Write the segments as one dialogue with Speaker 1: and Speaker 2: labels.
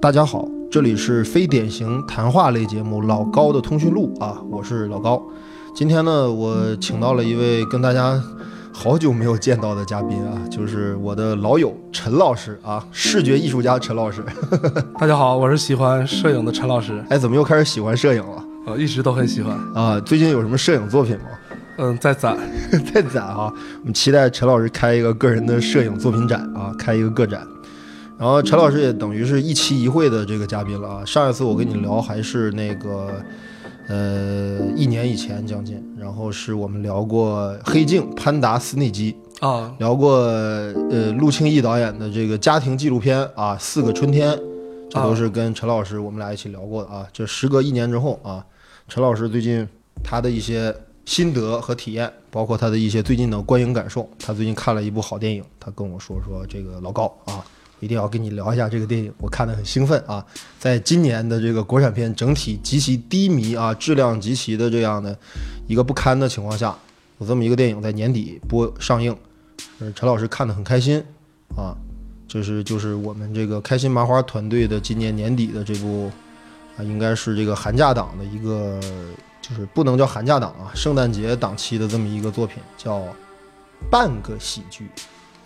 Speaker 1: 大家好，这里是非典型谈话类节目《老高的通讯录》啊，我是老高。今天呢，我请到了一位跟大家好久没有见到的嘉宾啊，就是我的老友陈老师啊，视觉艺术家陈老师。
Speaker 2: 大家好，我是喜欢摄影的陈老师，
Speaker 1: 哎，怎么又开始喜欢摄影了
Speaker 2: 我一直都很喜欢。
Speaker 1: 啊？最近有什么摄影作品吗？
Speaker 2: 嗯，在攒，
Speaker 1: 太攒啊！我们期待陈老师开一个个人的摄影作品展啊，开一个个展。然后陈老师也等于是一期一会的这个嘉宾了啊。上一次我跟你聊还是那个，呃，一年以前将近，然后是我们聊过《黑镜》潘达斯内基，
Speaker 2: 啊，
Speaker 1: 聊过呃陆庆义导演的这个家庭纪录片啊，《四个春天》，这都是跟陈老师我们俩一起聊过的啊。这时隔一年之后啊，陈老师最近他的一些心得和体验，包括他的一些最近的观影感受，他最近看了一部好电影，他跟我说说这个老高啊，一定要跟你聊一下这个电影，我看得很兴奋啊。在今年的这个国产片整体极其低迷啊，质量极其的这样的一个不堪的情况下，有这么一个电影在年底播上映。呃，陈老师看得很开心啊，这是就是我们这个开心麻花团队的今年年底的这部啊，应该是这个寒假档的一个，就是不能叫寒假档啊，圣诞节档期的这么一个作品，叫《半个喜剧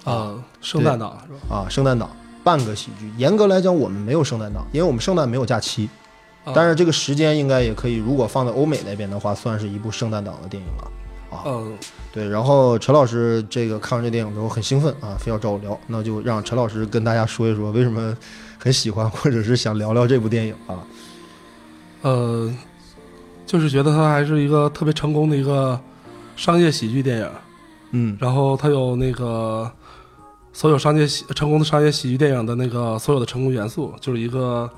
Speaker 2: 啊，圣诞档是吧？》
Speaker 1: 啊，圣诞档半个喜剧。严格来讲，我们没有圣诞档，因为我们圣诞没有假期，
Speaker 2: 啊
Speaker 1: 但是这个时间应该也可以，如果放在欧美那边的话，算是一部圣诞档的电影了。
Speaker 2: 嗯，
Speaker 1: 对，然后陈老师这个看完这电影之后很兴奋啊，非要找我聊，那就让陈老师跟大家说一说为什么很喜欢，或者是想聊聊这部电影啊。
Speaker 2: 呃，就是觉得它还是一个特别成功的一个商业喜剧电影，
Speaker 1: 嗯
Speaker 2: 然后它有那个所有商业喜成功的商业喜剧电影的那个所有的成功元素，就是一个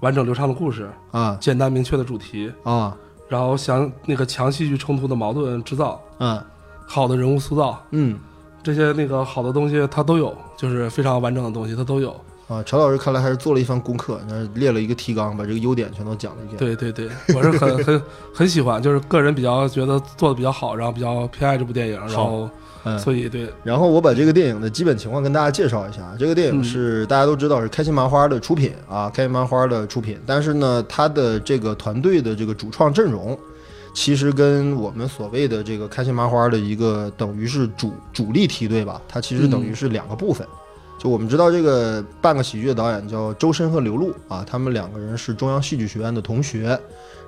Speaker 2: 完整流畅的故事，
Speaker 1: 啊
Speaker 2: 简单明确的主题，
Speaker 1: 啊
Speaker 2: 然后详那个强戏剧冲突的矛盾制造，
Speaker 1: 啊
Speaker 2: 好的人物塑造，
Speaker 1: 嗯
Speaker 2: 这些那个好的东西它都有，就是非常完整的东西它都有。
Speaker 1: 啊，陈老师看来还是做了一番功课，那列了一个提纲，把这个优点全都讲了一遍。，
Speaker 2: 对对对，我是很很很喜欢，就是个人比较觉得做的比较好，然后比较偏爱这部电影，然后
Speaker 1: 嗯。
Speaker 2: 所以对
Speaker 1: 然后我把这个电影的基本情况跟大家介绍一下。啊这个电影是、大家都知道是开心麻花的出品啊，开心麻花的出品。但是呢，它的这个团队的这个主创阵容，其实跟我们所谓的这个开心麻花的一个等于是主主力梯队吧，它其实等于是两个部分。就我们知道这个半个喜剧的导演叫周深和刘璐啊，他们两个人是中央戏剧学院的同学，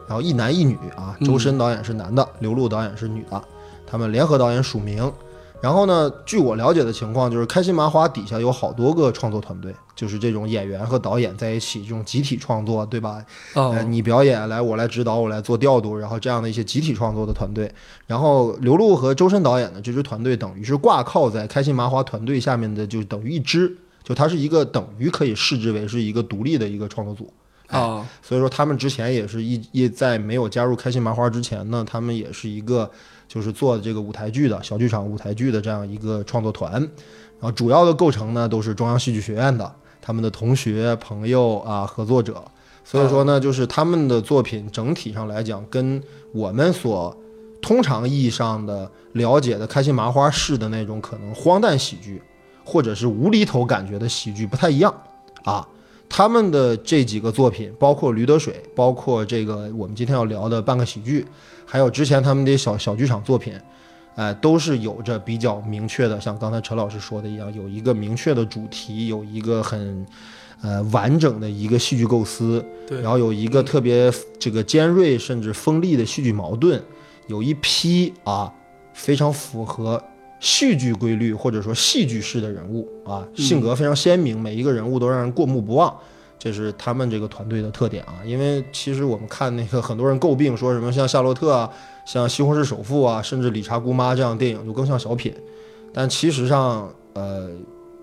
Speaker 1: 然后一男一女啊，
Speaker 2: 嗯
Speaker 1: 周深导演是男的，刘璐导演是女的，他们联合导演署名。然后呢，据我了解的情况，就是开心麻花底下有好多个创作团队，就是这种演员和导演在一起这种集体创作，对吧？
Speaker 2: 哦
Speaker 1: 呃，你表演来，我来指导，我来做调度，然后这样的一些集体创作的团队。然后刘璐和周深导演的这支团队等于是挂靠在开心麻花团队下面的，就等于一支，就它是一个等于可以视之为是一个独立的一个创作组。
Speaker 2: 哦
Speaker 1: 所以说他们之前也是一一在没有加入开心麻花之前呢，他们也是一个就是做这个舞台剧的小剧场舞台剧的这样一个创作团，然后主要的构成呢都是中央戏剧学院的他们的同学朋友啊合作者，所以说呢就是他们的作品整体上来讲跟我们所通常意义上的了解的开心麻花式的那种可能荒诞喜剧或者是无厘头感觉的喜剧不太一样啊。他们的这几个作品，包括《驴得水》，包括这个我们今天要聊的《半个喜剧》，还有之前他们的小小剧场作品，呃，都是有着比较明确的，像刚才陈老师说的一样，有一个明确的主题，有一个很呃完整的一个戏剧构思，
Speaker 2: 对
Speaker 1: 然后有一个特别这个尖锐甚至锋利的戏剧矛盾，有一批啊非常符合戏剧规律或者说戏剧式的人物啊，性格非常鲜明，每一个人物都让人过目不忘。这是他们这个团队的特点啊，因为其实我们看那个很多人诟病说什么像《夏洛特》啊、像《西红柿首富》啊，甚至《理查姑妈》这样的电影就更像小品，但其实上，呃，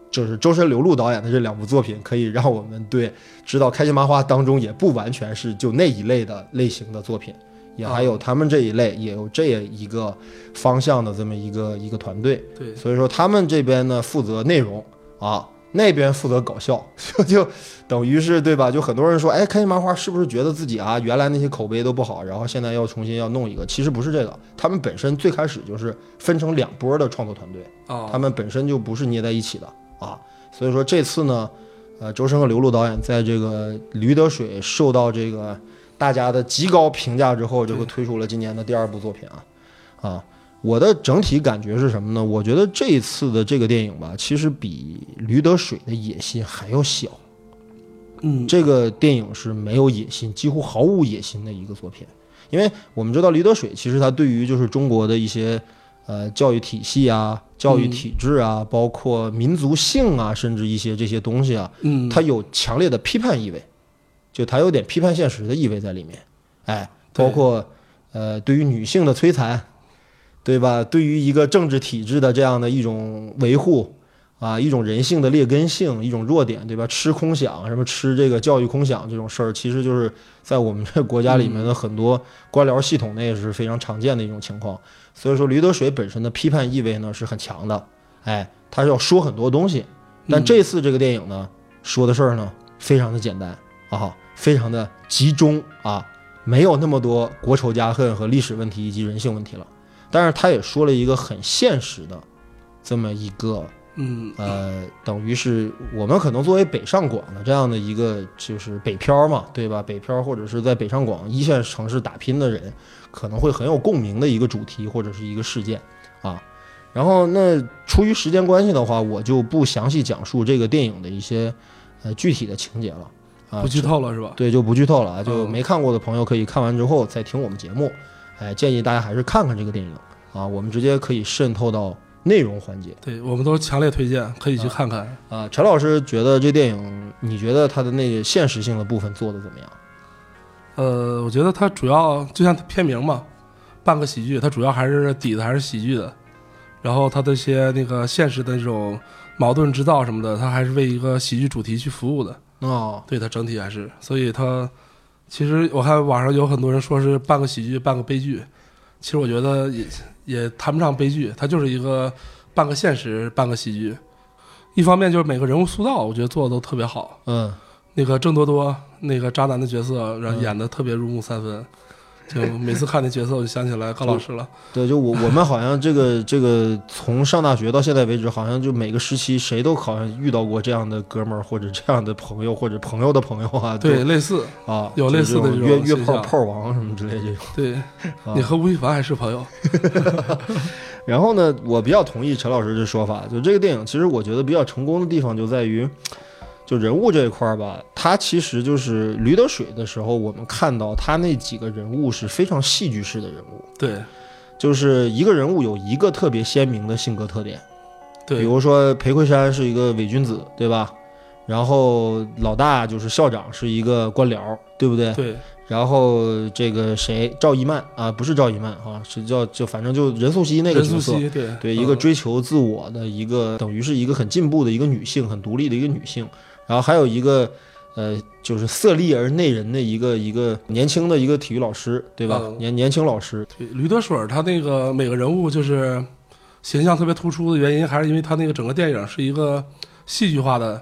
Speaker 1: 就是周深、刘璐导演的这两部作品，可以让我们对知道开心麻花当中也不完全是就那一类的类型的作品，也还有他们这一类，也有这一个方向的这么一个一个团队。
Speaker 2: 对
Speaker 1: 所以说他们这边呢负责内容啊，那边负责搞笑， 就就等于是对吧？就很多人说，哎，开心麻花是不是觉得自己啊原来那些口碑都不好，然后现在要重新要弄一个？其实不是这个，他们本身最开始就是分成两波的创作团队，
Speaker 2: 哦
Speaker 1: 他们本身就不是捏在一起的啊。所以说这次呢，呃，周深和刘璐导演在这个《驴得水》受到这个大家的极高评价之后，就会推出了今年的第二部作品啊，啊，我的整体感觉是什么呢？我觉得这一次的这个电影吧，其实比《驴得水》的野心还要小。
Speaker 2: 嗯，
Speaker 1: 这个电影是没有野心，几乎毫无野心的一个作品。因为我们知道《驴得水》其实它对于就是中国的一些呃教育体系啊、教育体制啊，包括民族性啊，甚至一些这些东西啊，
Speaker 2: 嗯，
Speaker 1: 它有强烈的批判意味，就它有点批判现实的意味在里面。哎，包
Speaker 2: 对
Speaker 1: 括呃对于女性的摧残，对吧？对于一个政治体制的这样的一种维护。啊，一种人性的劣根性，一种弱点，对吧？吃空想，什么吃这个教育空想这种事儿，其实就是在我们这国家里面的很多官僚系统内是非常常见的一种情况。所以说，驴得水本身的批判意味呢是很强的，哎，他要说很多东西。但这次这个电影呢，说的事儿呢非常的简单啊，非常的集中啊，没有那么多国仇家恨和历史问题以及人性问题了。但是他也说了一个很现实的这么一个
Speaker 2: 嗯
Speaker 1: 呃，等于是我们可能作为北上广的这样的一个就是北漂嘛，对吧？北漂或者是在北上广一线城市打拼的人，可能会很有共鸣的一个主题或者是一个事件啊。然后那出于时间关系的话，我就不详细讲述这个电影的一些呃具体的情节了啊
Speaker 2: 不，剧透了是吧？
Speaker 1: 对，就不剧透了啊，就
Speaker 2: 嗯
Speaker 1: 没看过的朋友可以看完之后再听我们节目。哎，建议大家还是看看这个电影啊，我们直接可以渗透到内容环节。
Speaker 2: 对，我们都强烈推荐，可以去看看。
Speaker 1: 啊，陈老师觉得这电影，你觉得它的那个现实性的部分做的怎么样？
Speaker 2: 呃，我觉得它主要就像片名嘛，半个喜剧，它主要还是底子还是喜剧的，然后它的一些那个现实的这种矛盾制造什么的，它还是为一个喜剧主题去服务的。
Speaker 1: 哦，
Speaker 2: 对它整体还是，所以它其实我看网上有很多人说是半个喜剧，半个悲剧，其实我觉得也也谈不上悲剧，它就是一个半个现实，半个喜剧。一方面就是每个人物塑造，我觉得做的都特别好。
Speaker 1: 嗯，
Speaker 2: 那个郑多多那个渣男的角色，然后
Speaker 1: 嗯
Speaker 2: 演的特别入木三分， 就每次看那角色我就想起来高老师了。
Speaker 1: 对，就我我们好像这个这个从上大学到现在为止，好像就每个时期谁都好像遇到过这样的哥们儿或者这样的朋友或者朋友的朋友啊，都
Speaker 2: 对，类似，
Speaker 1: 啊，
Speaker 2: 有
Speaker 1: 就
Speaker 2: 类
Speaker 1: 这
Speaker 2: 似的
Speaker 1: 种
Speaker 2: 这种
Speaker 1: 约约
Speaker 2: 现
Speaker 1: 炮
Speaker 2: 象
Speaker 1: 炮王什么之类这种。
Speaker 2: 对
Speaker 1: 啊
Speaker 2: 你和吴亦凡还是朋友。
Speaker 1: 然后呢，我比较同意陈老师这说法，就这个电影其实我觉得比较成功的地方就在于，就人物这一块儿吧，它其实就是《驴得水》的时候，我们看到他那几个人物是非常戏剧式的人物，
Speaker 2: 对
Speaker 1: 就是一个人物有一个特别鲜明的性格特点，比
Speaker 2: 对
Speaker 1: 如说裴魁山是一个伪君子，对吧？然后老大就是校长是一个官僚，对不对？
Speaker 2: 对，
Speaker 1: 然后这个谁赵一曼啊，不是赵一曼啊，是叫就反正就任素汐那个
Speaker 2: 任
Speaker 1: 角
Speaker 2: 素
Speaker 1: 色，
Speaker 2: 汐对
Speaker 1: 对，一个
Speaker 2: 嗯
Speaker 1: 追求自我的一个，等于是一个很进步的一个女性，很独立的一个女性。然后还有一个，呃，就是色厉而内人的一个一个年轻的一个体育老师，对吧？
Speaker 2: 嗯
Speaker 1: 年年轻老师，
Speaker 2: 对，驴得水儿他那个每个人物就是形象特别突出的原因，还是因为他那个整个电影是一个戏剧化的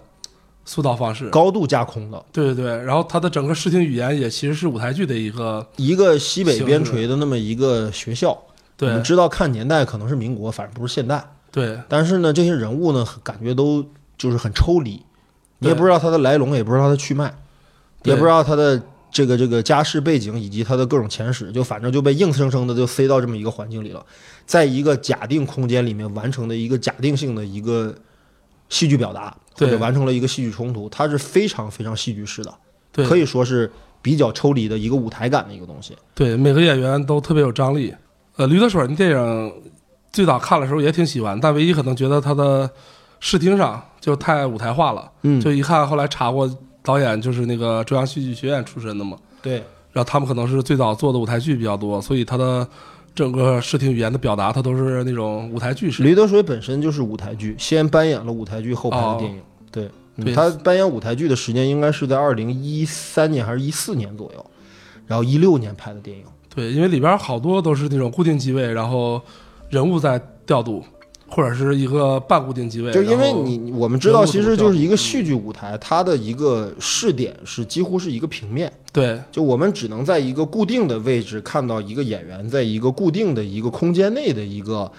Speaker 2: 塑造方式。
Speaker 1: 高度架空的
Speaker 2: 对对对，然后他的整个视听语言也其实是舞台剧的一个
Speaker 1: 一个西北
Speaker 2: 形
Speaker 1: 边
Speaker 2: 式
Speaker 1: 陲的那么一个学校。我
Speaker 2: 对
Speaker 1: 们知道看年代可能是民国，反正不是现代。
Speaker 2: 对
Speaker 1: 但是呢，这些人物呢，感觉都就是很抽离，你也
Speaker 2: 对
Speaker 1: 不知道他的来龙，也不知道他的去脉，也
Speaker 2: 对
Speaker 1: 不知道他的这个这个家世背景以及他的各种前史，就反正就被硬生生的就塞到这么一个环境里了，在一个假定空间里面完成的一个假定性的一个戏剧表达，或
Speaker 2: 对
Speaker 1: 者完成了一个戏剧冲突，它是非常非常戏剧式的，
Speaker 2: 对，
Speaker 1: 可
Speaker 2: 以
Speaker 1: 以说是比较抽离的一个舞台感的一个东西。
Speaker 2: 对每个演员都特别有张力。呃，驴得水儿那电影最早看的时候也挺喜欢，但唯一可能觉得他的视听上就太舞台化了，
Speaker 1: 嗯
Speaker 2: 就一看后来查过，导演就是那个中央戏剧学院出身的嘛。
Speaker 1: 对，
Speaker 2: 然后他们可能是最早做的舞台剧比较多，所以他的整个视听语言的表达，它都是那种舞台剧式。
Speaker 1: 驴得水本身就是舞台剧，先扮演了舞台剧，后拍的电影。对，嗯
Speaker 2: 哦对
Speaker 1: 他扮演舞台剧的时间应该是在二零一三年还是一四年左右，然后一六年拍的电影。
Speaker 2: 对，因为里边好多都是那种固定机位，然后人物在调度，或者是一个半固定机位。
Speaker 1: 就因为
Speaker 2: 然后
Speaker 1: 你我们知道，
Speaker 2: 人物
Speaker 1: 其
Speaker 2: 怎
Speaker 1: 实
Speaker 2: 么
Speaker 1: 就
Speaker 2: 调
Speaker 1: 是一
Speaker 2: 度
Speaker 1: 个戏剧舞台，它的一个视点是几乎是一个平面，
Speaker 2: 对
Speaker 1: 就我们只能在一个固定的位置看到一个演员在一个固定的一个空间内的一个。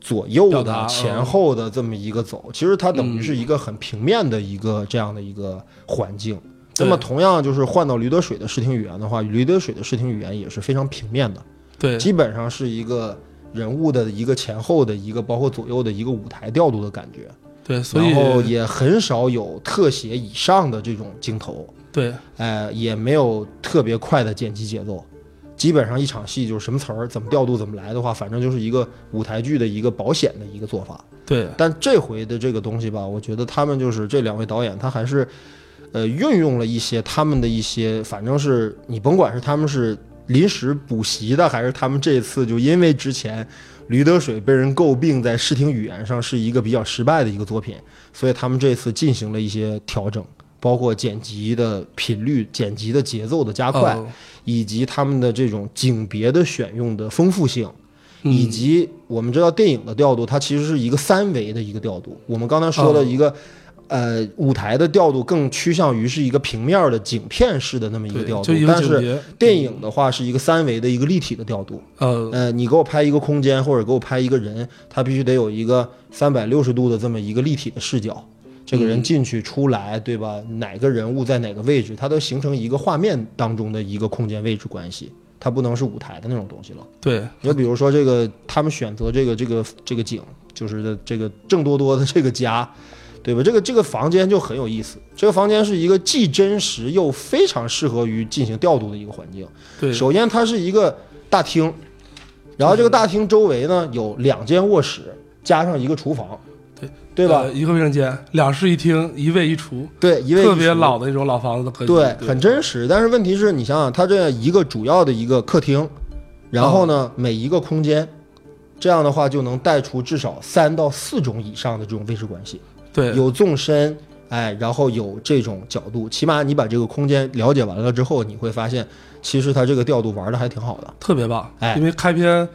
Speaker 1: 左右
Speaker 2: 表
Speaker 1: 的、
Speaker 2: 达
Speaker 1: 前
Speaker 2: 嗯
Speaker 1: 后的这么一个走，其实它等于
Speaker 2: 嗯
Speaker 1: 是一个很平面的一个这样的一个环境。那
Speaker 2: 对
Speaker 1: 么同样就是换到驴得水的视听语言的话，驴得水的视听语言也是非常平面的，
Speaker 2: 对
Speaker 1: 基本上是一个人物的一个前后的一个，包括左右的一个舞台调度的感觉，
Speaker 2: 对，所
Speaker 1: 然后
Speaker 2: 以
Speaker 1: 也很少有特写以上的这种镜头。
Speaker 2: 对
Speaker 1: 呃，也没有特别快的剪辑节奏，基本上一场戏就是什么词儿怎么调度怎么来的话，反正就是一个舞台剧的一个保险的一个做法。
Speaker 2: 对
Speaker 1: 但这回的这个东西吧，我觉得他们就是这两位导演，他还是呃运用了一些他们的一些，反正是你甭管是他们是临时补习的，还是他们这一次就因为之前驴得水被人诟病在视听语言上是一个比较失败的一个作品，所以他们这次进行了一些调整。包括剪辑的频率、剪辑的节奏的加快，
Speaker 2: 哦
Speaker 1: 以及他们的这种景别的选用的丰富性，
Speaker 2: 嗯
Speaker 1: 以及我们知道电影的调度，它其实是一个三维的一个调度。我们刚才说
Speaker 2: 哦
Speaker 1: 的一个，呃，舞台的调度更趋向于是一个平面的景片式的那么一个
Speaker 2: 对
Speaker 1: 调度
Speaker 2: 就一，个
Speaker 1: 但
Speaker 2: 景
Speaker 1: 是
Speaker 2: 别，
Speaker 1: 电影的话是一个三维的一个立体的调度。
Speaker 2: 呃，
Speaker 1: 呃，你给我拍一个空间，或者给我拍一个人，他必须得有一个三百六十度的这么一个立体的视角。这个人进去出来，对吧？哪个人物在哪个位置，它都形成一个画面当中的一个空间位置关系，它不能是舞台的那种东西了。
Speaker 2: 对
Speaker 1: 就比如说这个，他们选择这个这个这个景，就是这个郑多多的这个家，对吧？这个这个房间就很有意思。这个房间是一个既真实又非常适合于进行调度的一个环境。
Speaker 2: 对
Speaker 1: 首先它是一个大厅，然后这个大厅周围呢有两间卧室，加上一个厨房，
Speaker 2: 对
Speaker 1: 对吧？
Speaker 2: 呃一个卫生间，两室一厅，一卫一厨，
Speaker 1: 对，一位
Speaker 2: 特别
Speaker 1: 一厨
Speaker 2: 老的那种老房子的格局，
Speaker 1: 对，很真实。但是问题是你想想，它这一个主要的一个客厅，然后呢，每一个空间，这样的话就能带出至少三到四种以上的这种位置关系，
Speaker 2: 对
Speaker 1: 有纵深，哎，然后有这种角度。起码你把这个空间了解完了之后，你会发现，其实它这个调度玩的还挺好的。
Speaker 2: 特别棒，
Speaker 1: 哎
Speaker 2: 因为开篇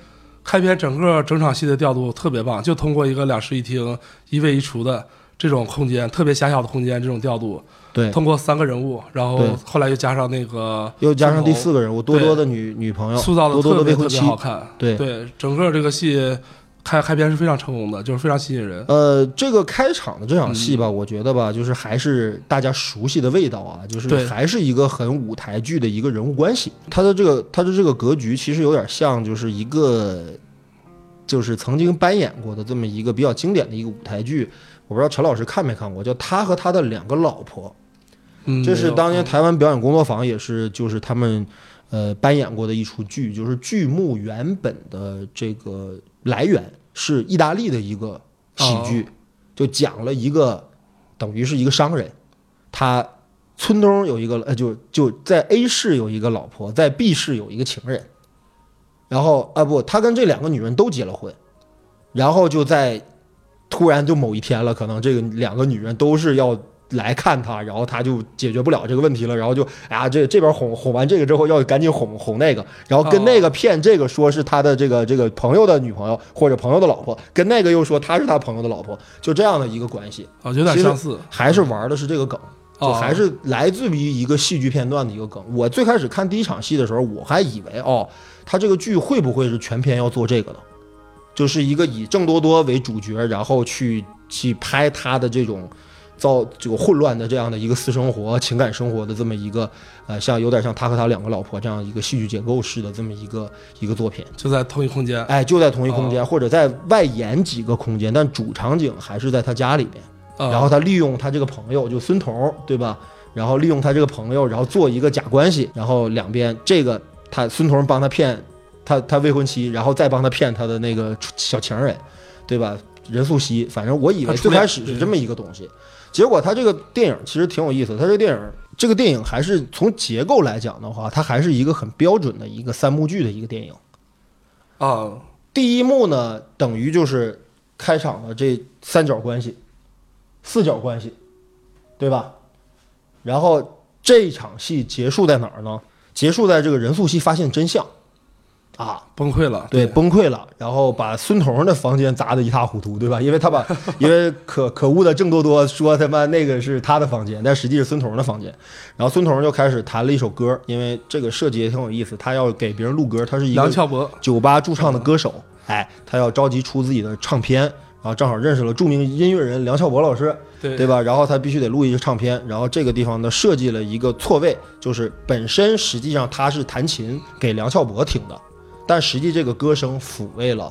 Speaker 2: 开篇整个整场戏的调度特别棒，就通过一个两室一厅、一卫一厨的这种空间，特别狭小的空间，这种调度，
Speaker 1: 对，
Speaker 2: 通过三个人物，然后
Speaker 1: 对
Speaker 2: 后来又加上那个
Speaker 1: 又加上第
Speaker 2: 镜头
Speaker 1: 四个人物多多的女女朋友，
Speaker 2: 塑造的
Speaker 1: 多多
Speaker 2: 特
Speaker 1: 的
Speaker 2: 别
Speaker 1: 未
Speaker 2: 特
Speaker 1: 婚
Speaker 2: 别
Speaker 1: 妻，
Speaker 2: 好看，
Speaker 1: 对
Speaker 2: 整个这个戏开开篇是非常成功的，就是非常吸引人，
Speaker 1: 呃，这个开场的这场戏
Speaker 2: 嗯
Speaker 1: 吧，我觉得吧，就是还是大家熟悉的味道啊，就是
Speaker 2: 对
Speaker 1: 还是一个很舞台剧的一个人物关系。它的这个它的这个格局其实有点像，就是一个就是曾经扮演过的这么一个比较经典的一个舞台剧，我不知道陈老师看没看过，叫《他和他的两个老婆》。
Speaker 2: 嗯，
Speaker 1: 这是当年
Speaker 2: 嗯
Speaker 1: 台湾表演工作坊也是，就是他们呃扮演过的一出剧，就是剧目原本的这个来源是意大利的一个喜
Speaker 2: 哦
Speaker 1: 剧，就讲了一个等于是一个商人，他村东有一个呃就就在 A 市有一个老婆，在 B 市有一个情人，然后啊不，他跟这两个女人都结了婚，然后就在突然就某一天了，可能这个两个女人都是要来看他，然后他就解决不了这个问题了，然后就哎呀，这这边哄哄完这个之后，要赶紧哄哄那个，然后跟那个骗这个说是他的这个这个朋友的女朋友或者朋友的老婆，跟那个又说他是他朋友的老婆，就这样的一个关系，
Speaker 2: 哦有点
Speaker 1: 其实
Speaker 2: 相似，
Speaker 1: 还是玩的是这个梗。就
Speaker 2: 哦
Speaker 1: 还是来自于一个戏剧片段的一个梗。我最开始看第一场戏的时候，我还以为哦，他这个剧会不会是全篇要做这个的，就是一个以郑多多为主角，然后去去拍他的这种造这个混乱的这样的一个私生活、情感生活的这么一个呃，像有点像他和他两个老婆这样一个戏剧结构式的这么一个一个作品。
Speaker 2: 就在同一空间，
Speaker 1: 哎，就在同一空间，或者在外延几个空间，但主场景还是在他家里边。
Speaker 2: 啊
Speaker 1: 然后他利用他这个朋友，就孙彤，对吧？然后利用他这个朋友，然后做一个假关系，然后两边这个他孙彤帮他骗他他未婚妻，然后再帮他骗他的那个小情人，对吧？任素汐，反正我以为
Speaker 2: 他初
Speaker 1: 最
Speaker 2: 恋
Speaker 1: 开始是这么一个东西，结果他这个电影其实挺有意思，他这个电影这个电影还是从结构来讲的话，它还是一个很标准的一个三幕剧的一个电影。
Speaker 2: 啊
Speaker 1: 第一幕呢，等于就是开场的这三角关系、四角关系，对吧？然后这一场戏结束在哪儿呢？结束在这个任素汐发现真相，啊，
Speaker 2: 崩溃了，
Speaker 1: 对，崩溃了，然后把孙彤的房间砸得一塌糊涂，对吧？因为他 把，因为可可恶的郑多多说他妈那个是他的房间，但实际是孙彤的房间。然后孙彤就开始弹了一首歌，因为这个设计也挺有意思，他要给别人录歌，他是一个
Speaker 2: 梁翘柏
Speaker 1: 酒吧驻唱的歌手，
Speaker 2: 嗯
Speaker 1: 哎，他要着急出自己的唱片，然后正好认识了著名音乐人梁翘柏老师，
Speaker 2: 对
Speaker 1: 对吧？然后他必须得录一个唱片，然后这个地方呢设计了一个错位，就是本身实际上他是弹琴给梁翘柏听的，但实际这个歌声抚慰了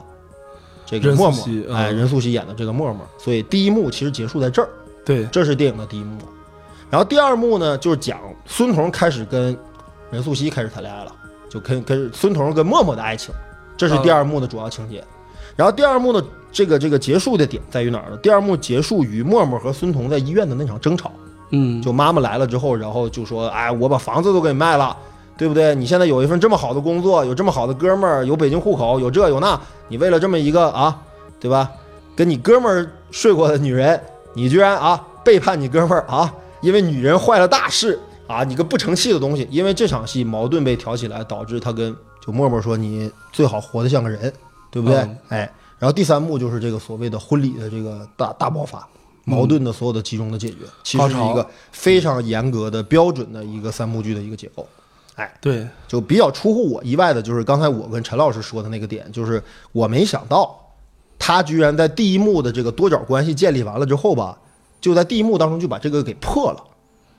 Speaker 1: 这个
Speaker 2: 任素
Speaker 1: 默
Speaker 2: 汐
Speaker 1: 默，哎，
Speaker 2: 嗯
Speaker 1: 任素汐演的这个默默，所以第一幕其实结束在这儿，
Speaker 2: 对
Speaker 1: 这是电影的第一幕。然后第二幕呢，就是讲孙彤开始跟任素汐开始谈恋爱了，就跟跟孙彤跟默默的爱情，这是第二幕的主要情节。然后第二幕的这个这个结束的点在于哪儿呢？第二幕结束于默默和孙彤在医院的那场争吵，
Speaker 2: 嗯，
Speaker 1: 就妈妈来了之后，然后就说：“哎，我把房子都给卖了，对不对？你现在有一份这么好的工作，有这么好的哥们儿，有北京户口，有这有那，你为了这么一个啊，对吧？跟你哥们儿睡过的女人，你居然啊背叛你哥们儿啊，因为女人坏了大事啊，你个不成器的东西！因为这场戏矛盾被挑起来，导致他跟就默默说你最好活得像个人，对不对？
Speaker 2: 嗯
Speaker 1: 哎，然后第三幕就是这个所谓的婚礼的这个大大爆发。矛盾的所有的集中的解决，其实是
Speaker 2: 高潮
Speaker 1: 一个非常严格的标准的一个三幕剧的一个结构。哎，
Speaker 2: 对
Speaker 1: 就比较出乎我意外的，就是刚才我跟陈老师说的那个点，就是我没想到他居然在第一幕的这个多角关系建立完了之后吧，就在第一幕当中就把这个给破了。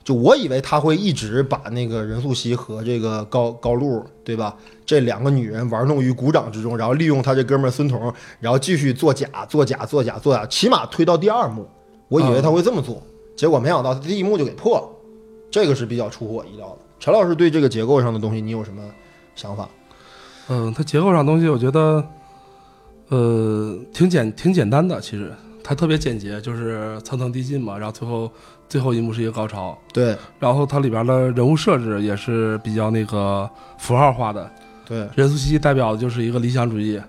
Speaker 1: 就我以为他会一直把那个任素汐和这个高高露，对吧？这两个女人玩弄于股掌之中，然后利用他这哥们儿孙彤，然后继续做假、做假、做假、做假，起码推到第二幕。我以为他会这么做，结果没想到他第一幕就给破了。这个是比较出乎我意料的。陈老师对这个结构上的东西，你有什么想法？
Speaker 2: 嗯，它结构上东西我觉得，呃，挺简挺简单的，其实它特别简洁，就是层层递进嘛，然后最后最后一幕是一个高潮，
Speaker 1: 对
Speaker 2: 然后它里边的人物设置也是比较那个符号化的，
Speaker 1: 对，
Speaker 2: 任素汐代表的就是一个理想主义，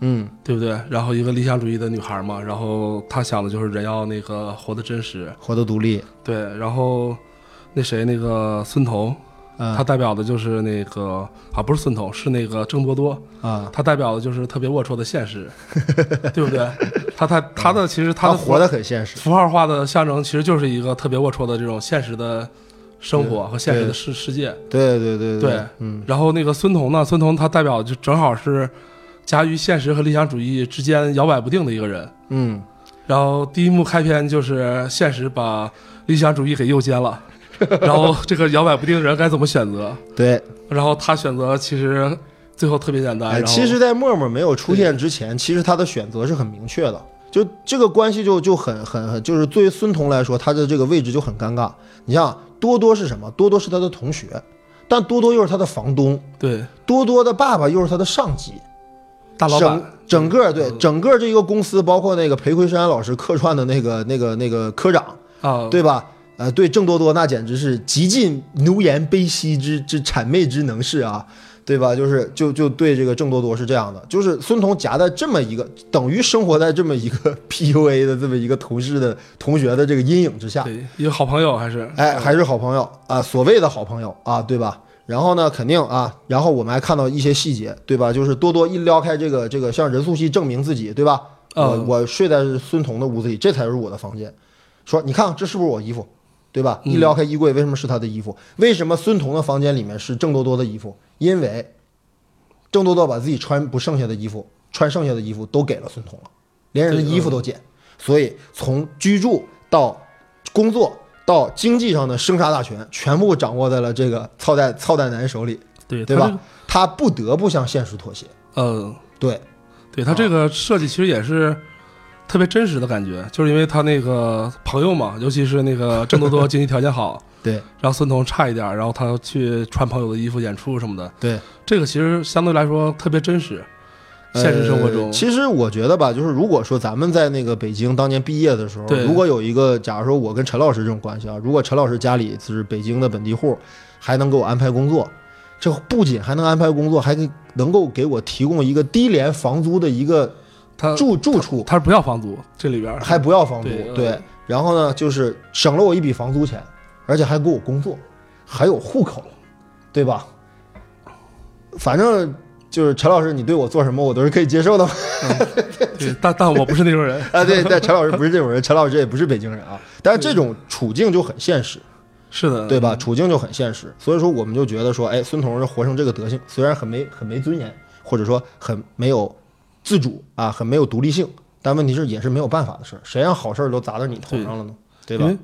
Speaker 1: 嗯
Speaker 2: 对不对？然后一个理想主义的女孩嘛，然后她想的就是人要那个活得真实，
Speaker 1: 活得独立，
Speaker 2: 对，然后那谁那个孙彤，
Speaker 1: 啊
Speaker 2: 她代表的就是那个啊不是孙彤，是那个郑多多，
Speaker 1: 啊，
Speaker 2: 她代表的就是特别龌龊的 现实，对不对？她她她的其实她
Speaker 1: 嗯他
Speaker 2: 的
Speaker 1: 活得很现实，
Speaker 2: 符号化的象征，其实就是一个特别龌龊的这种现实的生活和现实的
Speaker 1: 对嗯
Speaker 2: 世世界。
Speaker 1: 对对对
Speaker 2: 对
Speaker 1: 嗯
Speaker 2: 然后那个孙彤呢，孙彤她代表就正好是夹于现实和理想主义之间摇摆不定的一个人。
Speaker 1: 嗯，
Speaker 2: 然后第一幕开篇就是现实把理想主义给诱 奸了，然后这个摇摆不定的人该怎么选择？
Speaker 1: 对。
Speaker 2: 然后他选择其实最后特别简单，
Speaker 1: 哎，
Speaker 2: 啊然后
Speaker 1: 其实，在默默没有出现之前，其实他的选择是很明确的。就这个关系就就很很很，就是对于孙彤来说，他的这个位置就很尴尬。你像多多是什么？多多是他的同学，但多多又是他的房东，
Speaker 2: 对
Speaker 1: 多多的爸爸又是他的上级，
Speaker 2: 大老
Speaker 1: 整
Speaker 2: 板
Speaker 1: 整个对整个这一个公司，包括那个裴魁山老师客串的那个那个那个科长，
Speaker 2: 啊，
Speaker 1: 对吧？呃，对郑多多那简直是极尽奴颜卑膝之之谄媚之能事啊，对吧？就是就就对这个郑多多是这样的，就是孙彤夹在这么一个等于生活在这么一个 PUA 的这么一个同事的同学的这个阴影之下，
Speaker 2: 对一个好朋友还是
Speaker 1: 哎，还是好朋友啊，所谓的好朋友啊，对吧？然后呢，肯定啊，然后我们还看到一些细节，对吧？就是多多一撩开这个这个，向任素汐证明自己，对吧？我
Speaker 2: 嗯
Speaker 1: 我睡在孙彤的屋子里，这才是我的房间。说你看这是不是我衣服，对吧？一撩开衣柜，为什么是他的衣服？为什么孙彤的房间里面是郑多多的衣服？因为郑多多把自己穿不剩下的衣服，穿剩下的衣服都给了孙彤了，连人的衣服都捡。所以从居住到工作到经济上的生杀大权，全部掌握在了这个操蛋操蛋男手里，
Speaker 2: 对
Speaker 1: 对
Speaker 2: 他这
Speaker 1: 吧
Speaker 2: 个？
Speaker 1: 他不得不向现实妥协。
Speaker 2: 嗯，
Speaker 1: 对，
Speaker 2: 对他这个设计其实也是特别真实的感觉，就是因为他那个朋友嘛，尤其是那个郑 多多经济条件好，
Speaker 1: 对，
Speaker 2: 然后孙彤差一点儿，然后他去穿朋友的衣服演出什么的，
Speaker 1: 对，
Speaker 2: 这个其实相对来说特别真实，现实生活中，
Speaker 1: 呃其实我觉得吧，就是如果说咱们在那个北京当年毕业的时候，
Speaker 2: 对
Speaker 1: 如果有一个，假如说我跟陈老师这种关系啊，如果陈老师家里是北京的本地户，还能给我安排工作，这不仅还能安排工作，还给能够给我提供一个低廉房租的一个
Speaker 2: 他
Speaker 1: 住住处，
Speaker 2: 他是不要房租，这里边儿
Speaker 1: 还不要房租，
Speaker 2: 呃对呃
Speaker 1: 对。然后呢，就是省了我一笔房租钱，而且还给我工作，还有户口，对吧？反正就是陈老师，你对我做什么，我都是可以接受的。
Speaker 2: 对，但但我不是那种人，
Speaker 1: 啊，对，但陈老师不是这种人，陈老师也不是北京人啊，但是这种处境就很现实，
Speaker 2: 是的，
Speaker 1: 对吧？处境就很现实，所以说我们就觉得说，哎，孙彤是活成这个德行，虽然很没很没尊严，或者说很没有自主啊，很没有独立性。但问题是也是没有办法的事儿，谁让好事儿都砸到你头上了呢？对吧
Speaker 2: 因？为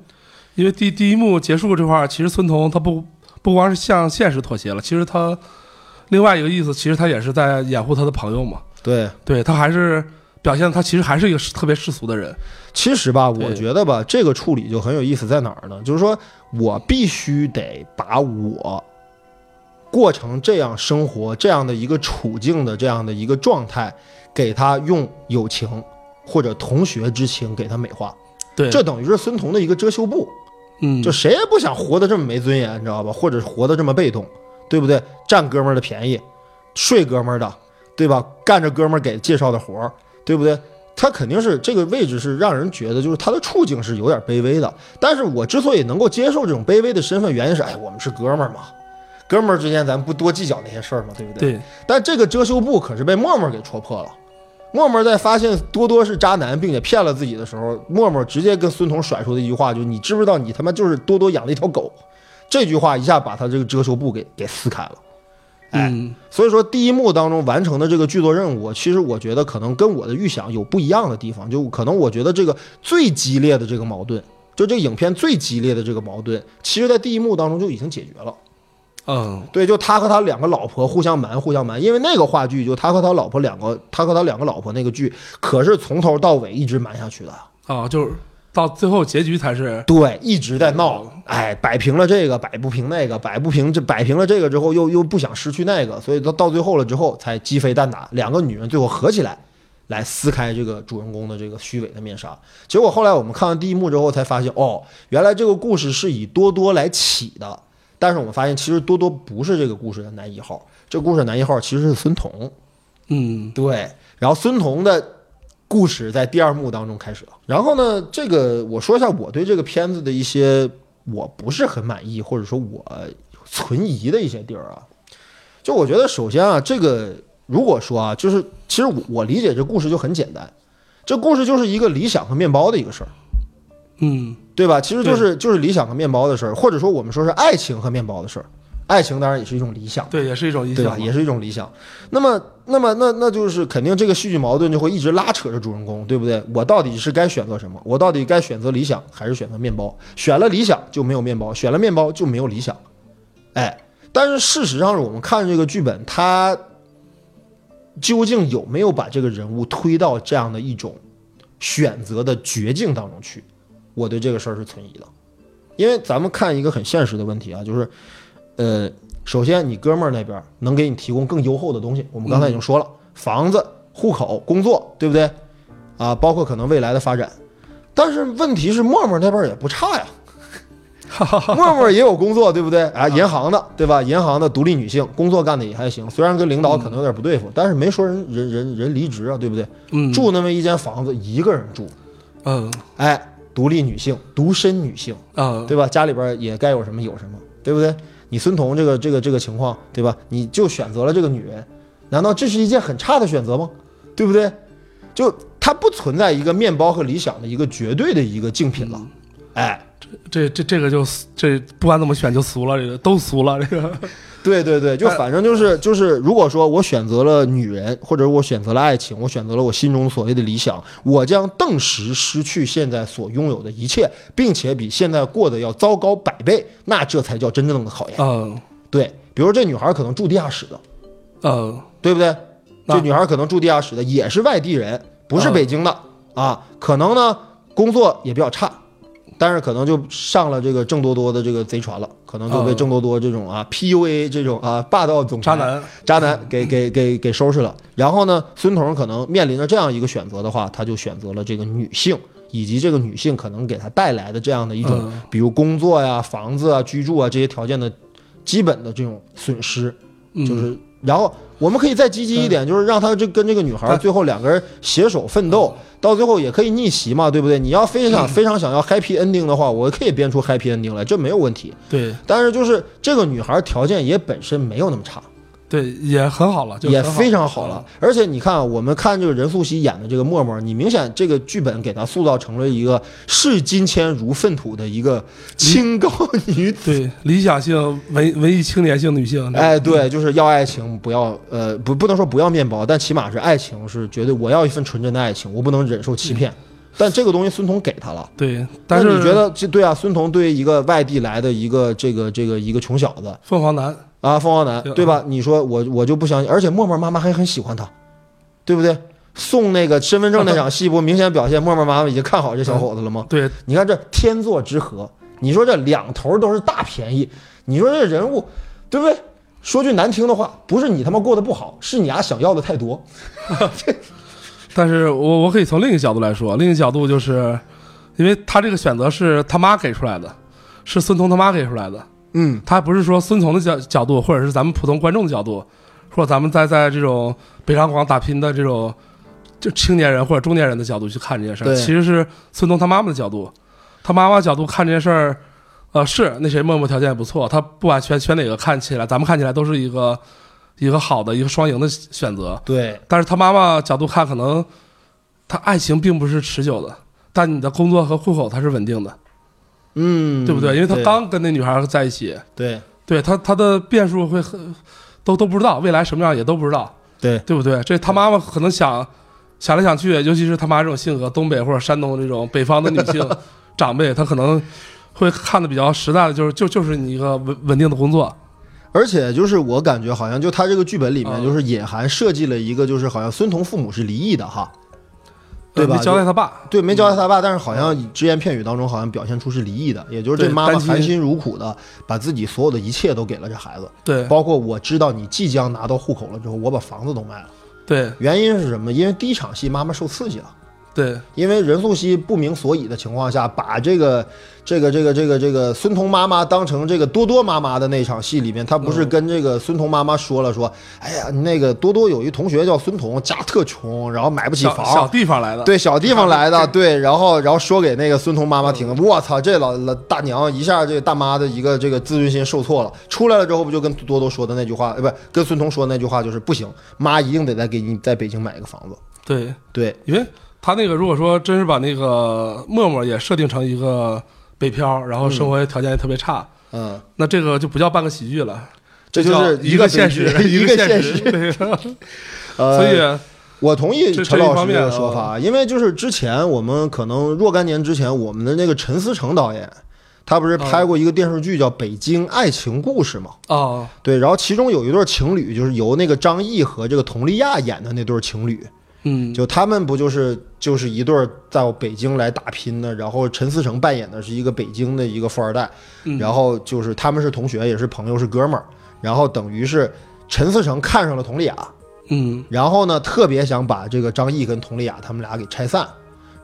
Speaker 2: 因为第第一幕结束这块儿，其实孙彤他不不光是向现实妥协了，其实他另外一个意思，其实他也是在掩护他的朋友嘛。
Speaker 1: 对，
Speaker 2: 对他还是表现他其实还是一个特别世俗的人。
Speaker 1: 其实吧，
Speaker 2: 对
Speaker 1: 我觉得吧，这个处理就很有意思，在哪儿呢？就是说我必须得把我过成这样生活这样的一个处境的这样的一个状态，给他用友情或者同学之情给他美化，
Speaker 2: 对，
Speaker 1: 这等于是孙彤的一个遮羞布。
Speaker 2: 嗯，
Speaker 1: 就谁也不想活得这么没尊严，你知道吧？或者活得这么被动，对不对？占哥们儿的便宜，睡哥们儿的，对吧？干着哥们儿给介绍的活儿，对不对？他肯定是这个位置是让人觉得就是他的处境是有点卑微的。但是我之所以能够接受这种卑微的身份，原因是哎，我们是哥们儿嘛，哥们儿之间咱不多计较那些事儿嘛，对不对？
Speaker 2: 对
Speaker 1: 但这个遮羞布可是被默默给戳破了。默默在发现多多是渣男，并且骗了自己的时候，默默直接跟孙彤甩出的一句话就是：“你知不知道你他妈就是多多养的一条狗？”这句话一下把他这个遮羞布给给撕开了。哎
Speaker 2: 嗯，
Speaker 1: 所以说，第一幕当中完成的这个剧作任务，其实我觉得可能跟我的预想有不一样的地方。就可能我觉得这个最激烈的这个矛盾，就这个影片最激烈的这个矛盾，其实在第一幕当中就已经解决了。
Speaker 2: 嗯，
Speaker 1: 对，就他和他两个老婆互相瞒，互相瞒，因为那个话剧就他和他老婆两个，他和他两个老婆那个剧，可是从头到尾一直瞒下去的，
Speaker 2: 啊，就是到最后结局才是
Speaker 1: 对，一直在闹，哎，摆平了这个，摆不平那个，摆不平这摆平了这个之后，又又不想失去那个，所以到到最后了之后才鸡飞蛋打，两个女人最后合起来。来撕开这个主人公的这个虚伪的面纱，结果后来我们看完第一幕之后，才发现哦，原来这个故事是以多多来起的，但是我们发现，其实多多不是这个故事的男一号，这故事的男一号其实是孙彤。
Speaker 2: 嗯
Speaker 1: 对，然后孙彤的故事在第二幕当中开始了。然后呢，这个我说一下我对这个片子的一些我不是很满意，或者说我存疑的一些地儿啊。就我觉得，首先啊，这个如果说啊，就是其实我我理解这故事就很简单，这故事就是一个理想和面包的一个事儿。
Speaker 2: 嗯
Speaker 1: 对吧？其实就是就是理想和面包的事儿，或者说我们说是爱情和面包的事儿。爱情当然也是一种理想，
Speaker 2: 对，也是一种影
Speaker 1: 对吧？
Speaker 2: 响嘛。
Speaker 1: 也是一种理想。那么，那么那那就是肯定这个戏剧矛盾就会一直拉扯着主人公，对不对？我到底是该选择什么？我到底该选择理想还是选择面包？选了理想就没有面包，选了面包就没有理想。哎，但是事实上是我们看这个剧本，它究竟有没有把这个人物推到这样的一种选择的绝境当中去？我对这个事儿是存疑的，因为咱们看一个很现实的问题啊，就是，呃，首先你哥们儿那边能给你提供更优厚的东西，我们刚才已经说了，房子、户口、工作，对不对？啊，包括可能未来的发展，但是问题是默默那边也不差呀，默默也有工作，对不对？啊，银行的，对吧？银行的独立女性，工作干的也还行，虽然跟领导可能有点不对付，但是没说人人人人离职啊，对不对？
Speaker 2: 嗯
Speaker 1: 住那么一间房子，一个人住，
Speaker 2: 嗯
Speaker 1: 哎，独立女性，独身女性，
Speaker 2: 嗯，
Speaker 1: 对吧？家里边也该有什么有什么，对不对？你孙彤这个这个这个情况，对吧？你就选择了这个女人，难道这是一件很差的选择吗？对不对？就它不存在一个面包和理想的一个绝对的一个竞品了，哎，
Speaker 2: 这这这个就俗这不管怎么选就俗了，这个都俗了，这个
Speaker 1: 对对对，就反正就是就是，如果说我选择了女人，或者我选择了爱情，我选择了我心中所谓的理想，我将顿时失去现在所拥有的一切，并且比现在过得要糟糕百倍，那这才叫真正的考验。
Speaker 2: 嗯
Speaker 1: 对，比如这女孩可能住地下室的，
Speaker 2: 嗯
Speaker 1: 对不对？这
Speaker 2: 啊
Speaker 1: 女孩可能住地下室的，也是外地人，不是
Speaker 2: 啊
Speaker 1: 北京的啊。可能呢，工作也比较差，但是可能就上了这个郑多多的这个贼船了，可能就被
Speaker 2: 啊
Speaker 1: 郑多多这种啊 PUA 这种啊霸道总
Speaker 2: 渣
Speaker 1: 裁
Speaker 2: 男
Speaker 1: 渣男给给给给收拾了。然后呢，孙彤可能面临着这样一个选择的话，他就选择了这个女性，以及这个女性可能给他带来的这样的一种，
Speaker 2: 嗯
Speaker 1: 比如工作呀、房子啊、居住啊这些条件的基本的这种损失，
Speaker 2: 嗯
Speaker 1: 就是。然后我们可以再积极一点，就是让他这跟这个女孩
Speaker 2: 但
Speaker 1: 最后两个人携手奋
Speaker 2: 嗯
Speaker 1: 斗，到最后也可以逆袭嘛，对不对？你要非想非常想要 happy ending 的话，我可以编出 happy ending 来，这没有问题。
Speaker 2: 对
Speaker 1: 但是就是这个女孩条件也本身没有那么差，
Speaker 2: 对，也很好了，就
Speaker 1: 也
Speaker 2: 很好
Speaker 1: 非常好了。。而且你看啊，我们看这个任素汐演的这个默默，你明显这个剧本给她塑造成了一个视金钱如粪土的一个清高女 子。
Speaker 2: 对，理想性文文艺青年性女性，
Speaker 1: 哎，对，就是要爱情，不要呃，不不能说不要面包，但起码是爱情是绝对，我要一份纯真的爱情，我不能忍受欺骗。但这个东西孙彤给她了。
Speaker 2: 对，
Speaker 1: 那
Speaker 2: 嗯但是
Speaker 1: 你觉得这对啊？孙彤对一个外地来的一个这个这个一个穷小子
Speaker 2: 凤凰男
Speaker 1: 啊，凤凰男
Speaker 2: 对啊
Speaker 1: 对吧？你说我我就不相信，而且默默妈妈还很喜欢他，对不对？送那个身份证那场戏，不明显表现默默妈妈已经看好这小伙子了吗？
Speaker 2: 对
Speaker 1: 你看这天作之合，你说这两头都是大便宜，你说这人物，对不对？说句难听的话，不是你他妈过得不好，是你丫想要的太多。
Speaker 2: 但是我我可以从另一个角度来说，另一个角度就是，因为他这个选择是他妈给出来的，是孙彤他妈给出来的，
Speaker 1: 嗯，
Speaker 2: 他不是说孙彤的角角度，或者是咱们普通观众的角度，或者咱们在在这种北上广打拼的这种就青年人或者中年人的角度去看这件事儿，
Speaker 1: 对
Speaker 2: 其实是孙彤他妈妈的角度，他妈妈角度看这件事儿，呃，是那谁默默条件也不错，他不管选选哪个看起来，咱们看起来都是一个一个好的一个双赢的选择，
Speaker 1: 对，
Speaker 2: 但是他妈妈角度看，可能他爱情并不是持久的，但你的工作和户口它是稳定的，
Speaker 1: 嗯，
Speaker 2: 对不对？因为他刚跟那女孩在一起，
Speaker 1: 对
Speaker 2: 对他他的变数会很都都不知道，未来什么样也都不知道，
Speaker 1: 对
Speaker 2: 对不对？这他妈妈可能想想来想去，尤其是他妈这种性格，东北或者山东这种北方的女 性长辈，她可能会看的比较实在的，就是就就是你一个稳稳定的工作，呃
Speaker 1: 而且就是我感觉好像就他这个剧本里面
Speaker 2: 嗯
Speaker 1: 就是隐含设计了一个就是好像孙彤父母是离异的哈，对
Speaker 2: 呃
Speaker 1: 吧
Speaker 2: 没交代他爸，
Speaker 1: 对，没交代他爸，但是好像只言片语当中好像表现出是离异的，也就是这
Speaker 2: 嗯对
Speaker 1: 妈妈
Speaker 2: 单亲
Speaker 1: 含辛茹苦的把自己所有的一切都给了这孩子，
Speaker 2: 对
Speaker 1: 包括我知道你即将拿到户口了之后，我把房子都卖了，
Speaker 2: 对
Speaker 1: 原因是什么？因为第一场戏妈妈受刺激了。
Speaker 2: 对
Speaker 1: 因为任素汐不明所以的情况下，把这个、这个、这个、这个、这个孙彤妈妈当成这个多多妈妈的那场戏里面，她不
Speaker 2: 嗯
Speaker 1: 是跟这个孙彤妈妈说了说，哎呀，那个多多有一同学叫孙彤，家特穷，然后买不起
Speaker 2: 小
Speaker 1: 房，
Speaker 2: 小地方来 的，
Speaker 1: 对小地方来 的，对，然后然后说给那个孙彤妈妈听，我操，这老老大娘一下这大妈的一个这个自尊心受挫了，出来了之后不就跟多多说的那句话，呃，不是跟孙彤说的那句话，就是不行，妈一定得再给你在北京买一个房子，
Speaker 2: 对。
Speaker 1: 对，
Speaker 2: 因为他那个如果说真是把那个默默也设定成一个北漂，然后生活条件也特别差，
Speaker 1: 嗯。
Speaker 2: 那这个就不叫半个喜剧了，
Speaker 1: 这就是
Speaker 2: 叫一
Speaker 1: 个
Speaker 2: 现
Speaker 1: 悲剧
Speaker 2: 实，
Speaker 1: 一
Speaker 2: 个
Speaker 1: 个现
Speaker 2: 实。
Speaker 1: 实
Speaker 2: 对，
Speaker 1: 呃，
Speaker 2: 所以啊
Speaker 1: 我同意
Speaker 2: 这
Speaker 1: 陈
Speaker 2: 这一
Speaker 1: 老
Speaker 2: 方
Speaker 1: 师
Speaker 2: 面啊
Speaker 1: 的说法，啊因为就是之前我们可能若干年之前，我们的那个陈思诚导演，他不是
Speaker 2: 嗯
Speaker 1: 拍过一个电视剧叫《北京爱情故事》嘛？
Speaker 2: 哦，
Speaker 1: 对，然后其中有一对情侣，就是由那个张译和这个佟丽娅演的那对情侣，
Speaker 2: 嗯，
Speaker 1: 就他们不就是就是一对到北京来打拼的，然后陈思诚扮演的是一个北京的一个富二代，
Speaker 2: 嗯
Speaker 1: 然后就是他们是同学，也是朋友，是哥们儿，然后等于是陈思诚看上了佟丽娅。
Speaker 2: 嗯，
Speaker 1: 然后呢，特别想把这个张译跟佟丽娅他们俩给拆散。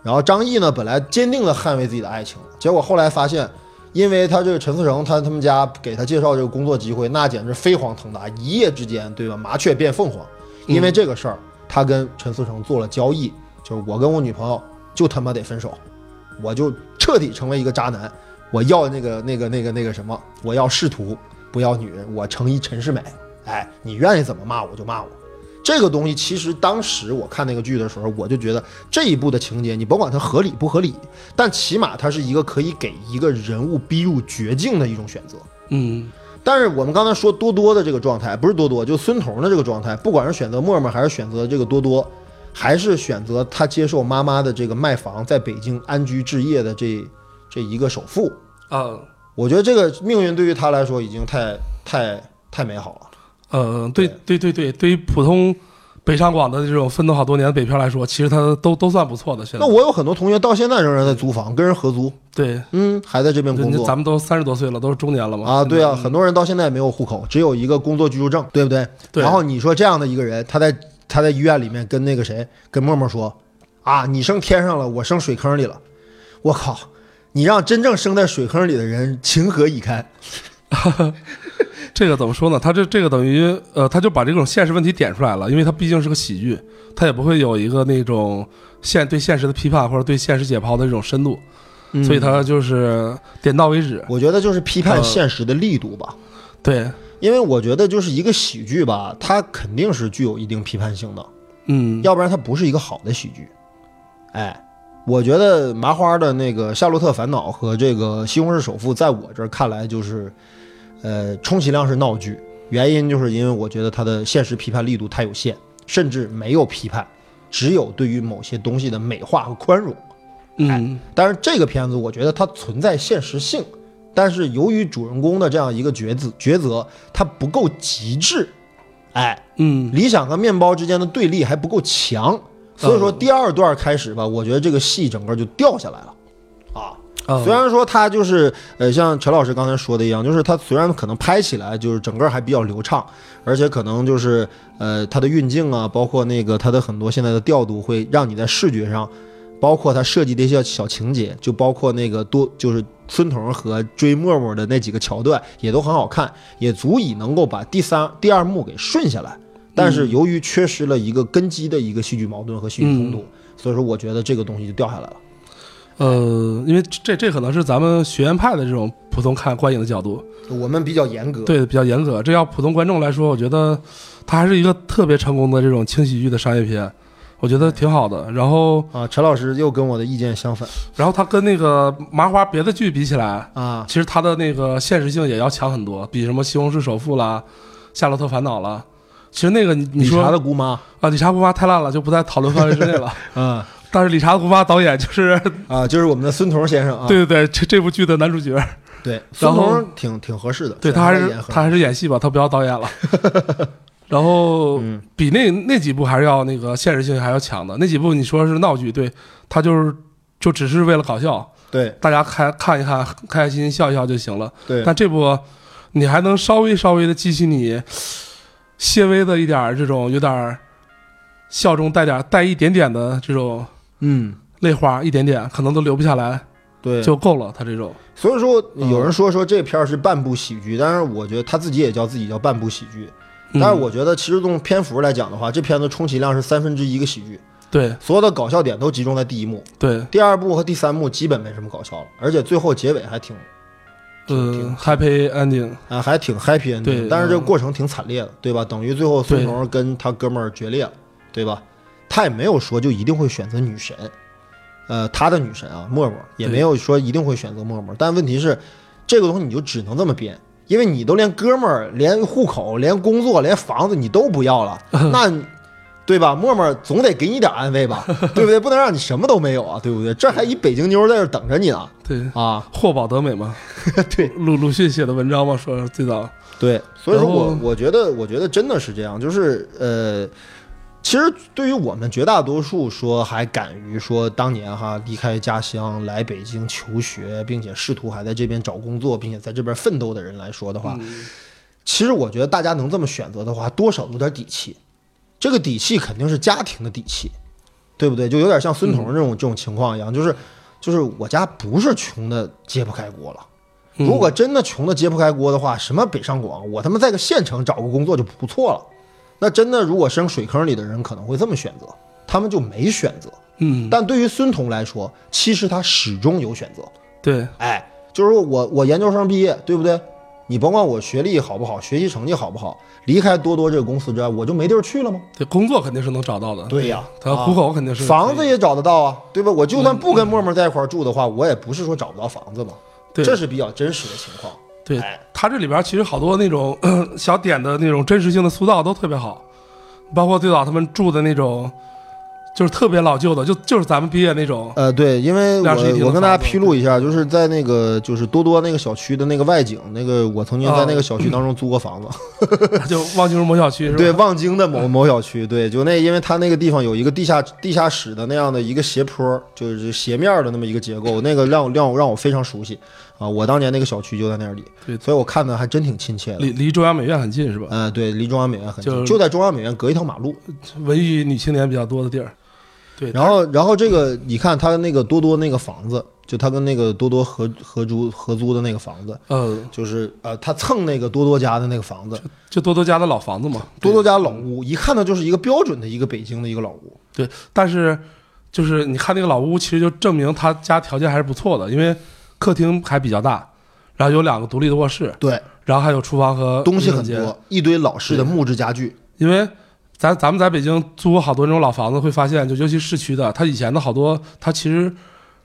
Speaker 1: 然后张译呢，本来坚定的捍卫自己的爱情，结果后来发现，因为他这个陈思诚，他他们家给他介绍这个工作机会，那简直飞黄腾达，一夜之间，对吧？麻雀变凤凰。因为这个事儿，他跟陈思诚做了交易，就是我跟我女朋友就他妈得分手，我就彻底成为一个渣男，我要那个那个那个那个什么，我要仕途，不要女人，我成一陈世美。哎，你愿意怎么骂我就骂我。这个东西其实当时我看那个剧的时候，我就觉得这一部的情节，你甭管它合理不合理，但起码它是一个可以给一个人物逼入绝境的一种选择。
Speaker 2: 嗯，
Speaker 1: 但是我们刚才说多多的这个状态，不是多多，就孙彤的这个状态，不管是选择默默，还是选择这个多多，还是选择他接受妈妈的这个卖房，在北京安居置业的这这一个首付，
Speaker 2: 啊，
Speaker 1: 我觉得这个命运对于他来说已经太太太美好了。
Speaker 2: 呃，对对对对，对于普通北上广的这种奋斗好多年的北漂来说，其实他都都算不错的选
Speaker 1: 那
Speaker 2: 择。
Speaker 1: 我有很多同学到现在仍然在租房，跟人合租，
Speaker 2: 对，
Speaker 1: 嗯，还在这边工
Speaker 2: 人家
Speaker 1: 作。
Speaker 2: 咱们都三十多岁了，都是中年了嘛。
Speaker 1: 啊，
Speaker 2: 现在
Speaker 1: 对啊，很多人到现在也没有户口，只有一个工作居住证，对不对？
Speaker 2: 对
Speaker 1: 然后你说这样的一个人，他在他在医院里面跟那个谁，跟默默说，啊，你升天上了，我升水坑里了，我靠，你让真正生在水坑里的人情何以堪？
Speaker 2: 这个怎么说呢？他这这个等于呃，他就把这种现实问题点出来了，因为他毕竟是个喜剧，他也不会有一个那种现对现实的批判或者对现实解剖的这种深度，嗯
Speaker 1: 嗯
Speaker 2: 所以他就是点到为止。
Speaker 1: 我觉得就是批判
Speaker 2: 呃
Speaker 1: 现实的力度吧。
Speaker 2: 对，
Speaker 1: 因为我觉得就是一个喜剧吧，它肯定是具有一定批判性的，
Speaker 2: 嗯，
Speaker 1: 要不然它不是一个好的喜剧。哎，我觉得麻花的那个《夏洛特烦恼》和这个《西红柿首富》，在我这儿看来就是，呃，充其量是闹剧。原因就是因为我觉得它的现实批判力度太有限，甚至没有批判，只有对于某些东西的美化和宽容。
Speaker 2: 嗯，
Speaker 1: 但是这个片子，我觉得它存在现实性，但是由于主人公的这样一个抉择，抉择它不够极致，哎，
Speaker 2: 嗯，
Speaker 1: 理想和面包之间的对立还不够强，所以说第二段开始吧，我觉得这个戏整个就掉下来了，啊，
Speaker 2: 啊
Speaker 1: 虽然说它就是呃，像陈老师刚才说的一样，就是它虽然可能拍起来就是整个还比较流畅，而且可能就是呃它的运镜啊，包括那个它的很多现在的调度，会让你在视觉上，包括它设计的一些小情节，就包括那个多就是孙彤和追沫沫的那几个桥段也都很好看，也足以能够把第三第二幕给顺下来。但是由于缺失了一个根基的一个戏剧矛盾和戏剧冲突，所以说我觉得这个东西就掉下来了。
Speaker 2: 呃，因为这这可能是咱们学院派的这种普通看观影的角度，
Speaker 1: 我们比较严格，
Speaker 2: 对，比较严格。这要普通观众来说，我觉得它还是一个特别成功的这种轻喜剧的商业片，我觉得挺好的。然后，
Speaker 1: 啊，陈老师又跟我的意见相反
Speaker 2: 然后它跟那个麻花别的剧比起来，
Speaker 1: 啊，
Speaker 2: 其实它的那个现实性也要强很多，比什么《西红柿首富》啦，《夏洛特烦恼》啦，其实那个你你
Speaker 1: 理
Speaker 2: 说
Speaker 1: 查的姑妈
Speaker 2: 啊，理查姑妈太烂了，就不在讨论范围之内了。
Speaker 1: 啊
Speaker 2: 但是理查姑妈导演就是，
Speaker 1: 啊，就是我们的孙彤先生啊，
Speaker 2: 对对对，这这部剧的男主角，
Speaker 1: 对，孙
Speaker 2: 然后
Speaker 1: 彤挺挺合适的，
Speaker 2: 对
Speaker 1: 他
Speaker 2: 他还是
Speaker 1: 演很
Speaker 2: 他还是演戏吧，他不要导演了。 然后
Speaker 1: 嗯
Speaker 2: 比那那几部还是要那个现实性还要强的，那几部你说是闹剧，对他就是就只是为了搞笑，
Speaker 1: 对
Speaker 2: 大家开看一看，开开心心笑一笑就行了。
Speaker 1: 对
Speaker 2: 但这部你还能稍微稍微的激起你些微的一点儿这种有点儿笑中带点儿带一点点的这种
Speaker 1: 嗯
Speaker 2: 泪花，一点点可能都流不下来
Speaker 1: 对，
Speaker 2: 就够了。他这种，
Speaker 1: 所以说
Speaker 2: 嗯
Speaker 1: 有人说说这片儿是半部喜剧，但是我觉得他自己也叫自己叫半部喜剧，
Speaker 2: 嗯
Speaker 1: 但是我觉得其实从篇幅来讲的话，这片子充其量是三分之一个喜剧，
Speaker 2: 对
Speaker 1: 所有的搞笑点都集中在第一幕，
Speaker 2: 对，
Speaker 1: 第二幕和第三幕基本没什么搞笑了，而且最后结尾还挺挺
Speaker 2: 嗯，Happy Ending。
Speaker 1: 啊，还挺 happy ending，
Speaker 2: 对
Speaker 1: 但是这个
Speaker 2: 嗯
Speaker 1: 过程挺惨烈的，对吧？等于最后孙
Speaker 2: 对
Speaker 1: 彤跟他哥们儿决裂了，对吧？他也没有说就一定会选择女神，呃，他的女神啊，默默也
Speaker 2: 对
Speaker 1: 没有说一定会选择默默，但问题是，这个东西你就只能这么编，因为你都连哥们儿、连户口、连工作、连房子你都不要 了，那你。对吧？默默总得给你点安慰吧，对 不对？不能让你什么都没有啊，对不对？这还一北京妞在这儿等着你呢
Speaker 2: 对，
Speaker 1: 啊！
Speaker 2: 霍保德美嘛，
Speaker 1: 对，
Speaker 2: 鲁鲁迅写的文章嘛，说最早，
Speaker 1: 对，所以说
Speaker 2: 然
Speaker 1: 我
Speaker 2: 后
Speaker 1: 我觉得，我觉得真的是这样，就是呃，其实对于我们绝大多数说还敢于说当年哈离开家乡来北京求学，并且试图还在这边找工作，并且在这边奋斗的人来说的话，
Speaker 2: 嗯
Speaker 1: 其实我觉得大家能这么选择的话，多少有点底气。这个底气肯定是家庭的底气，对不对？就有点像孙
Speaker 2: 嗯
Speaker 1: 彤这种、这种情况一样，就是就是我家不是穷的揭不开锅了。
Speaker 2: 嗯
Speaker 1: 如果真的穷的揭不开锅的话，什么北上广，我他妈在个县城找个工作就不错了。那真的，如果扔水坑里的人可能会这么选择，他们就没选择。
Speaker 2: 嗯，
Speaker 1: 但对于孙彤来说，其实他始终有选择。
Speaker 2: 对，
Speaker 1: 哎，就是说我我研究生毕业，对不对？你甭管我学历好不好，学习成绩好不好，离开多多这个公司之外，我就没地儿去了吗？
Speaker 2: 这工作肯定是能找到的，
Speaker 1: 对呀
Speaker 2: 他户口肯定是
Speaker 1: 房
Speaker 2: 可
Speaker 1: 子
Speaker 2: 以，
Speaker 1: 也找得到啊，对吧？我就算不跟默默在一块儿住的话，我也不是说找不到房子嘛。
Speaker 2: 嗯对
Speaker 1: 这是比较真实的情况。
Speaker 2: 对
Speaker 1: 哎，
Speaker 2: 他这里边其实好多那种 呃小点的那种真实性的塑造都特别好，包括最早他们住的那种，就是特别老旧的，就就是咱们毕业 那种，
Speaker 1: 呃，对，因为
Speaker 2: 两室一厅
Speaker 1: 我
Speaker 2: 的
Speaker 1: 我跟大家
Speaker 2: 房子
Speaker 1: 披露一下，就是在那个就是多多那个小区的那个外景，那个我曾经在那个小区当中租过房子，
Speaker 2: 就望京市某小哦 区是吧？
Speaker 1: 对，望京的某某小区，对，就那因为它那个地方有一个地下地下室的那样的一个斜坡，就是斜面的那么一个结构，那个让我让我让我非常熟悉啊，我当年那个小区就在那里，
Speaker 2: 对
Speaker 1: 所以我看的还真挺亲切的。
Speaker 2: 离离中央美院很近是吧？
Speaker 1: 呃，对，离中央美院很近，
Speaker 2: 就
Speaker 1: 就在中央美院隔一条马路。
Speaker 2: 文艺女青年比较多的地儿，对，
Speaker 1: 然后，然后这个你看他那个多多那个房子，就他跟那个多多合合租合租的那个房子，
Speaker 2: 呃，
Speaker 1: 就是呃，他蹭那个多多家的那个房子，
Speaker 2: 就多多家的老房子嘛，
Speaker 1: 多多家老屋，一看它就是一个标准的一个北京的一个老屋。
Speaker 2: 对，但是就是你看那个老屋，其实就证明他家条件还是不错的，因为客厅还比较大，然后有两个独立的卧室，
Speaker 1: 对，
Speaker 2: 然后还有厨房和
Speaker 1: 东西
Speaker 2: 卫生
Speaker 1: 很
Speaker 2: 间
Speaker 1: 多，一堆老式的木质家具，
Speaker 2: 因为咱咱们在北京租过好多那种老房子，会发现，就尤其市区的，它以前的好多，它其实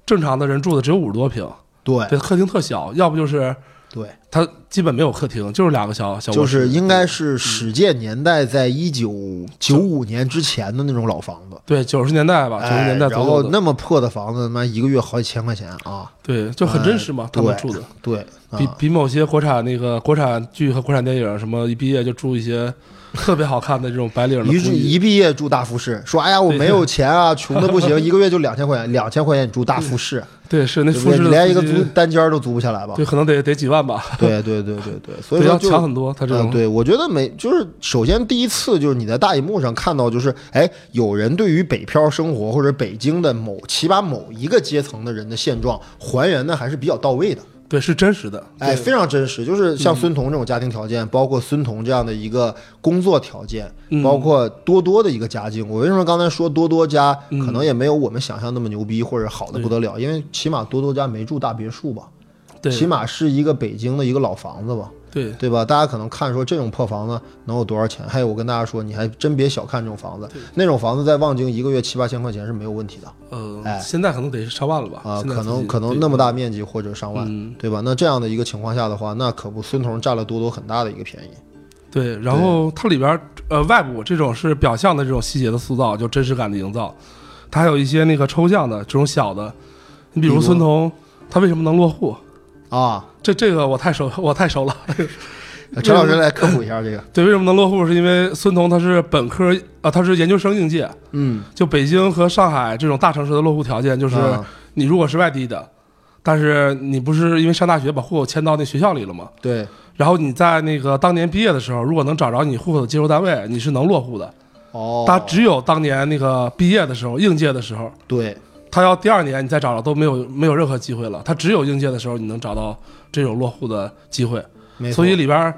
Speaker 2: 正常的人住的只有五十多平，
Speaker 1: 对
Speaker 2: 对，客厅特小，要不就是
Speaker 1: 对，
Speaker 2: 它基本没有客厅，就是两个小小
Speaker 1: 就
Speaker 2: 卧
Speaker 1: 是
Speaker 2: 室。
Speaker 1: 应该是史界年代，在一九九五年之前的那种老房子，
Speaker 2: 对，九十年代啊吧，九十
Speaker 1: 哎
Speaker 2: 年代
Speaker 1: 然
Speaker 2: 左
Speaker 1: 后
Speaker 2: 右的，
Speaker 1: 那么破的房子，他妈一个月好几千块钱啊，哎
Speaker 2: 对，就很真实嘛，他们住的，
Speaker 1: 对，啊
Speaker 2: 比比某些国产那个国产剧和国产电影什么一毕业就住一些特别好看的这种白领的
Speaker 1: 一住
Speaker 2: 公寓，
Speaker 1: 一毕业住大复式，说哎呀我
Speaker 2: 对
Speaker 1: 没有钱啊，穷的不 行，一个月就两千块钱，两千块钱你住大复式，
Speaker 2: 对，是 那
Speaker 1: 对不对？
Speaker 2: 复式
Speaker 1: 你
Speaker 2: 的
Speaker 1: 连一个
Speaker 2: 夫妻
Speaker 1: 租单间儿都租不下来吧？
Speaker 2: 对，可能得得几万吧，
Speaker 1: 对对对对对，所以
Speaker 2: 对，
Speaker 1: 说
Speaker 2: 要
Speaker 1: 就
Speaker 2: 强很多，它这
Speaker 1: 嗯，
Speaker 2: 种
Speaker 1: 对，我觉得每就是首先第一次就是你在大荧幕上看到，就是哎，有人对于北漂生活或者北京的某起码某一个阶层的人的现状还原的还是比较到位的，
Speaker 2: 对嗯是真实的，
Speaker 1: 哎，非常真实。就是像孙彤这种家庭条件，包括孙彤这样的一个工作条件，
Speaker 2: 嗯
Speaker 1: 包括多多的一个家境。我为什么刚才说多多家
Speaker 2: 嗯
Speaker 1: 可能也没有我们想象那么牛逼或者好的不得了？因为起码多多家没住大别墅吧，
Speaker 2: 对
Speaker 1: 起码是一个北京的一个老房子吧。
Speaker 2: 对，
Speaker 1: 对吧？大家可能看说这种破房子能有多少钱？还有，我跟大家说，你还真别小看这种房子，那种房子在望京一个月七八千块钱是没有问题的
Speaker 2: 呃，
Speaker 1: 哎
Speaker 2: 现在可能得上万了吧？
Speaker 1: 啊、
Speaker 2: 现在
Speaker 1: 可
Speaker 2: 自
Speaker 1: 能
Speaker 2: 己
Speaker 1: 可能
Speaker 2: 对
Speaker 1: 那么大面积或者上万，
Speaker 2: 嗯
Speaker 1: 对吧？那这样的一个情况下的话，那可不，孙彤占了多多很大的一个便宜。
Speaker 2: 对，然后它里边儿呃外部这种是表象的这种细节的塑造，就真实感的营造，它还有一些那个抽象的这种小的，你比
Speaker 1: 比
Speaker 2: 如
Speaker 1: 如
Speaker 2: 孙彤他为什么能落户？
Speaker 1: 啊，
Speaker 2: 这这个我太熟，我太熟了。
Speaker 1: 陈
Speaker 2: 嗯
Speaker 1: 老师来科普一下这 个，
Speaker 2: 对，为什么能落户？是因为孙彤他是本科啊、他是研究生应届，
Speaker 1: 嗯，
Speaker 2: 就北京和上海这种大城市的落户条件，就是
Speaker 1: 啊
Speaker 2: 你如果是外地的，但是你不是因为上大学把户口迁到那学校里了吗？
Speaker 1: 对，
Speaker 2: 然后你在那个当年毕业的时候，如果能找着你户口的接收单位，你是能落户的。
Speaker 1: 哦，
Speaker 2: 他只有当年那个毕业的时候，应届的时候，
Speaker 1: 对，
Speaker 2: 他要第二年你再找着都没有没有任何机会了。他只有应届的时候你能找到这种落户的机会，
Speaker 1: 没错，
Speaker 2: 所以里边儿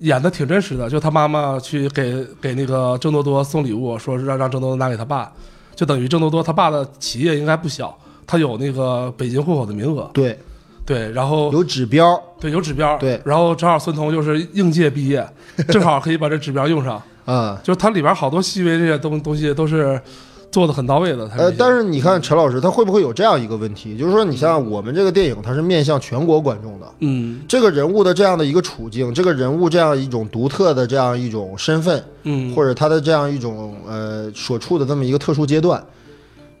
Speaker 2: 演的挺真实的。就他妈妈去给给那个郑多多送礼物，说是让让郑多多拿给他爸，就等于郑多多他爸的企业应该不小，他有那个北京户口的名额。
Speaker 1: 对
Speaker 2: 对，然后
Speaker 1: 有指标
Speaker 2: 对，有指标。
Speaker 1: 对
Speaker 2: 然后正好孙彤就是应届毕业，正好可以把这指标用上。
Speaker 1: 啊。
Speaker 2: 就是它里边好多细微这些东东西都是做的很到位的。它
Speaker 1: 呃，但
Speaker 2: 是
Speaker 1: 是你看陈老师，他会不会有这样一个问题？就是说，你像我们这个电影，它是面向全国观众的，
Speaker 2: 嗯
Speaker 1: 这个人物的这样的一个处境，这个人物这样一种独特的这样一种身份，
Speaker 2: 嗯，
Speaker 1: 或者他的这样一种呃所处的这么一个特殊阶段，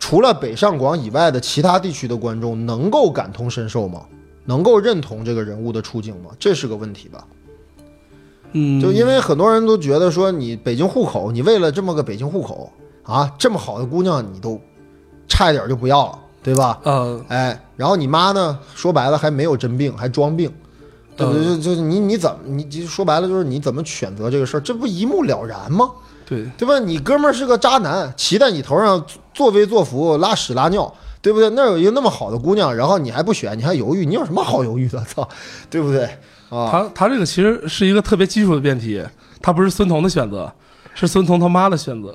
Speaker 1: 除了北上广以外的其他地区的观众能够感同身受吗？能够认同这个人物的处境吗？这是个问题吧？
Speaker 2: 嗯，
Speaker 1: 就因为很多人都觉得说，你北京户口，你为了这么个北京户口啊，这么好的姑娘你都差一点就不要了，对吧？
Speaker 2: 呃
Speaker 1: 哎，然后你妈呢，说白了还没有真病，还装病，对不对？
Speaker 2: 嗯
Speaker 1: 呃就就是你你怎么你就说白了就是你怎么选择这个事儿，这不一目了然吗？
Speaker 2: 对
Speaker 1: 对吧？你哥们儿是个渣男，骑在你头上作威作福，拉屎拉尿，对不对？那儿有一个那么好的姑娘，然后你还不选，你还犹豫，你有什么好犹豫的？操，对不对？啊，
Speaker 2: 他他这个其实是一个特别基础的辩题，他不是孙彤的选择，是孙彤他妈的选择。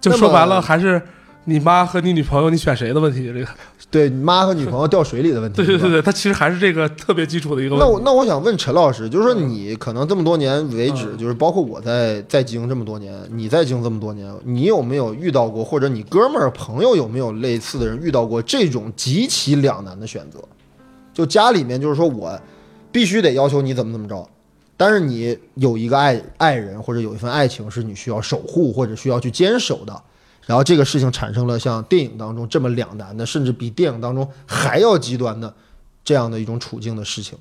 Speaker 2: 就
Speaker 1: 那
Speaker 2: 说白
Speaker 1: 么
Speaker 2: 了还是。你妈和你女朋友，你选谁的问题？这个，
Speaker 1: 对你妈和女朋友掉水里的问题，
Speaker 2: 对对
Speaker 1: 嗯是吧
Speaker 2: 对对，它其实还是这个特别基础的一个
Speaker 1: 那
Speaker 2: 问
Speaker 1: 我
Speaker 2: 题。
Speaker 1: 那我想问陈老师，就是说你可能这么多年为止，
Speaker 2: 嗯
Speaker 1: 就是包括我在在京这么多年，你在京这么多年，你有没有遇到过，或者你哥们儿朋友有没有类似的人遇到过这种极其两难的选择？就家里面就是说我必须得要求你怎么怎么着，但是你有一个爱爱人或者有一份爱情是你需要守护或者需要去坚守的。然后这个事情产生了像电影当中这么两难的，甚至比电影当中还要极端的这样的一种处境的事情。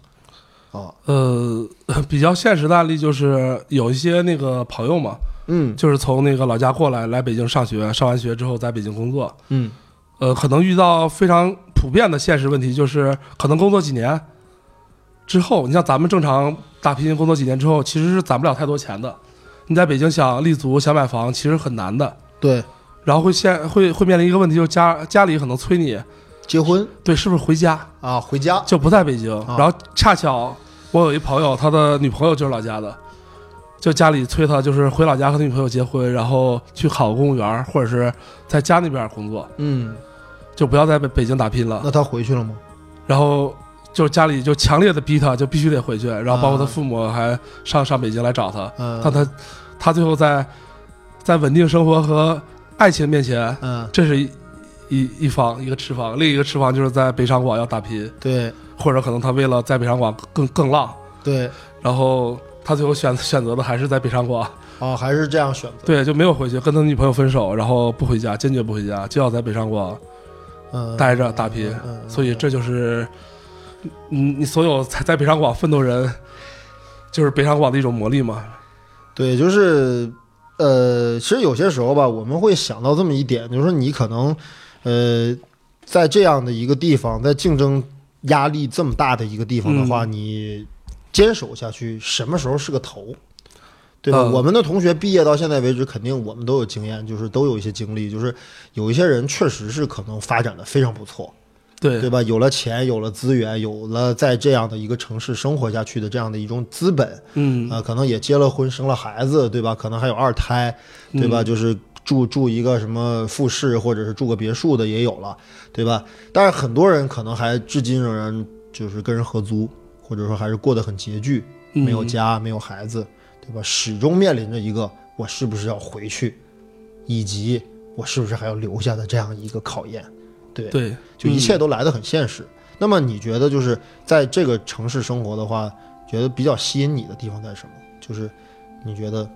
Speaker 1: 啊，
Speaker 2: 呃， 比较现实的案例就是有一些那个朋友嘛，
Speaker 1: 嗯
Speaker 2: 就是从那个老家过来，来北京上学，上完学之后在北京工作，
Speaker 1: 嗯，
Speaker 2: 呃，可能遇到非常普遍的现实问题，就是可能工作几年之后，你像咱们正常打拼工作几年之后，其实是攒不了太多钱的。你在北京想立足、想买房，其实很难的。
Speaker 1: 对，
Speaker 2: 然后会现会会面临一个问题，就是家家里可能催你，
Speaker 1: 结婚
Speaker 2: 对，是不是回家
Speaker 1: 啊，回家
Speaker 2: 就不在北京？然后恰巧我有一朋友，他的女朋友就是老家的，就家里催他，就是回老家和女朋友结婚，然后去考公务员，或者是在家那边工作，
Speaker 1: 嗯，
Speaker 2: 就不要在北北京打拼了。
Speaker 1: 那他回去了吗？
Speaker 2: 然后就是家里就强烈的逼他，就必须得回去，然后包括他父母还上上北京来找他，
Speaker 1: 嗯，
Speaker 2: 但他他最后在在稳定生活和爱情面前，
Speaker 1: 嗯，
Speaker 2: 这是一一一方一个吃方，另一个吃方就是在北上广要打拼，
Speaker 1: 对
Speaker 2: 或者可能他为了在北上广更更浪，
Speaker 1: 对，
Speaker 2: 然后他最后选选择的还是在北上广，
Speaker 1: 哦，还是这样选择，
Speaker 2: 对，就没有回去，跟他女朋友分手，然后不回家，坚决不回家，就要在北上广
Speaker 1: 嗯，
Speaker 2: 待着打拼，
Speaker 1: 嗯，嗯
Speaker 2: 所以这就是你你所有在在北上广奋斗人，就是北上广的一种魔力嘛，
Speaker 1: 对，就是呃，其实有些时候吧，我们会想到这么一点，就是说你可能呃，在这样的一个地方，在竞争压力这么大的一个地方的话，
Speaker 2: 嗯
Speaker 1: 你坚守下去，什么时候是个头？对吧？
Speaker 2: 嗯
Speaker 1: 我们的同学毕业到现在为止，肯定我们都有经验，就是都有一些经历，就是有一些人确实是可能发展的非常不错，
Speaker 2: 对
Speaker 1: 对吧？有了钱，有了资源，有了在这样的一个城市生活下去的这样的一种资本，
Speaker 2: 嗯，
Speaker 1: 啊，可能也结了婚，生了孩子，对吧？可能还有二胎，
Speaker 2: 嗯
Speaker 1: 对吧？就是住住一个什么复式，或者是住个别墅的也有了，对吧？但是很多人可能还至今仍然就是跟人合租，或者说还是过得很拮据，
Speaker 2: 嗯
Speaker 1: 没有家，没有孩子，对吧？始终面临着一个我是不是要回去，以及我是不是还要留下的这样一个考验，对。
Speaker 2: 对，
Speaker 1: 就一
Speaker 2: 嗯
Speaker 1: 切都来得很现实。那么你觉得就是在这个城市生活的话，觉得比较吸引你的地方在什么？就是你觉得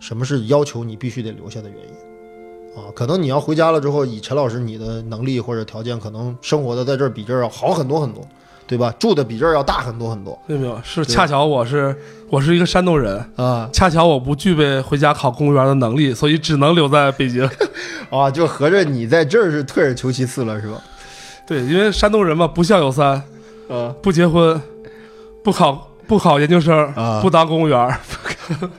Speaker 1: 什么是要求你必须得留下的原因啊？可能你要回家了之后，以陈老师你的能力或者条件，可能生活的在这儿比这儿要好很多很多，对吧？住的比这儿要大很多很多
Speaker 2: 没有没有，是
Speaker 1: 对
Speaker 2: 恰巧我是我是一个山东人，
Speaker 1: 啊
Speaker 2: 恰巧我不具备回家考公务员的能力，所以只能留在北京。
Speaker 1: 啊！就合着你在这儿是退而求其次了，是吧？
Speaker 2: 对，因为山东人嘛，不孝有三，
Speaker 1: 啊，
Speaker 2: 不结婚，不考不考研究生，
Speaker 1: 啊
Speaker 2: 不当公务员。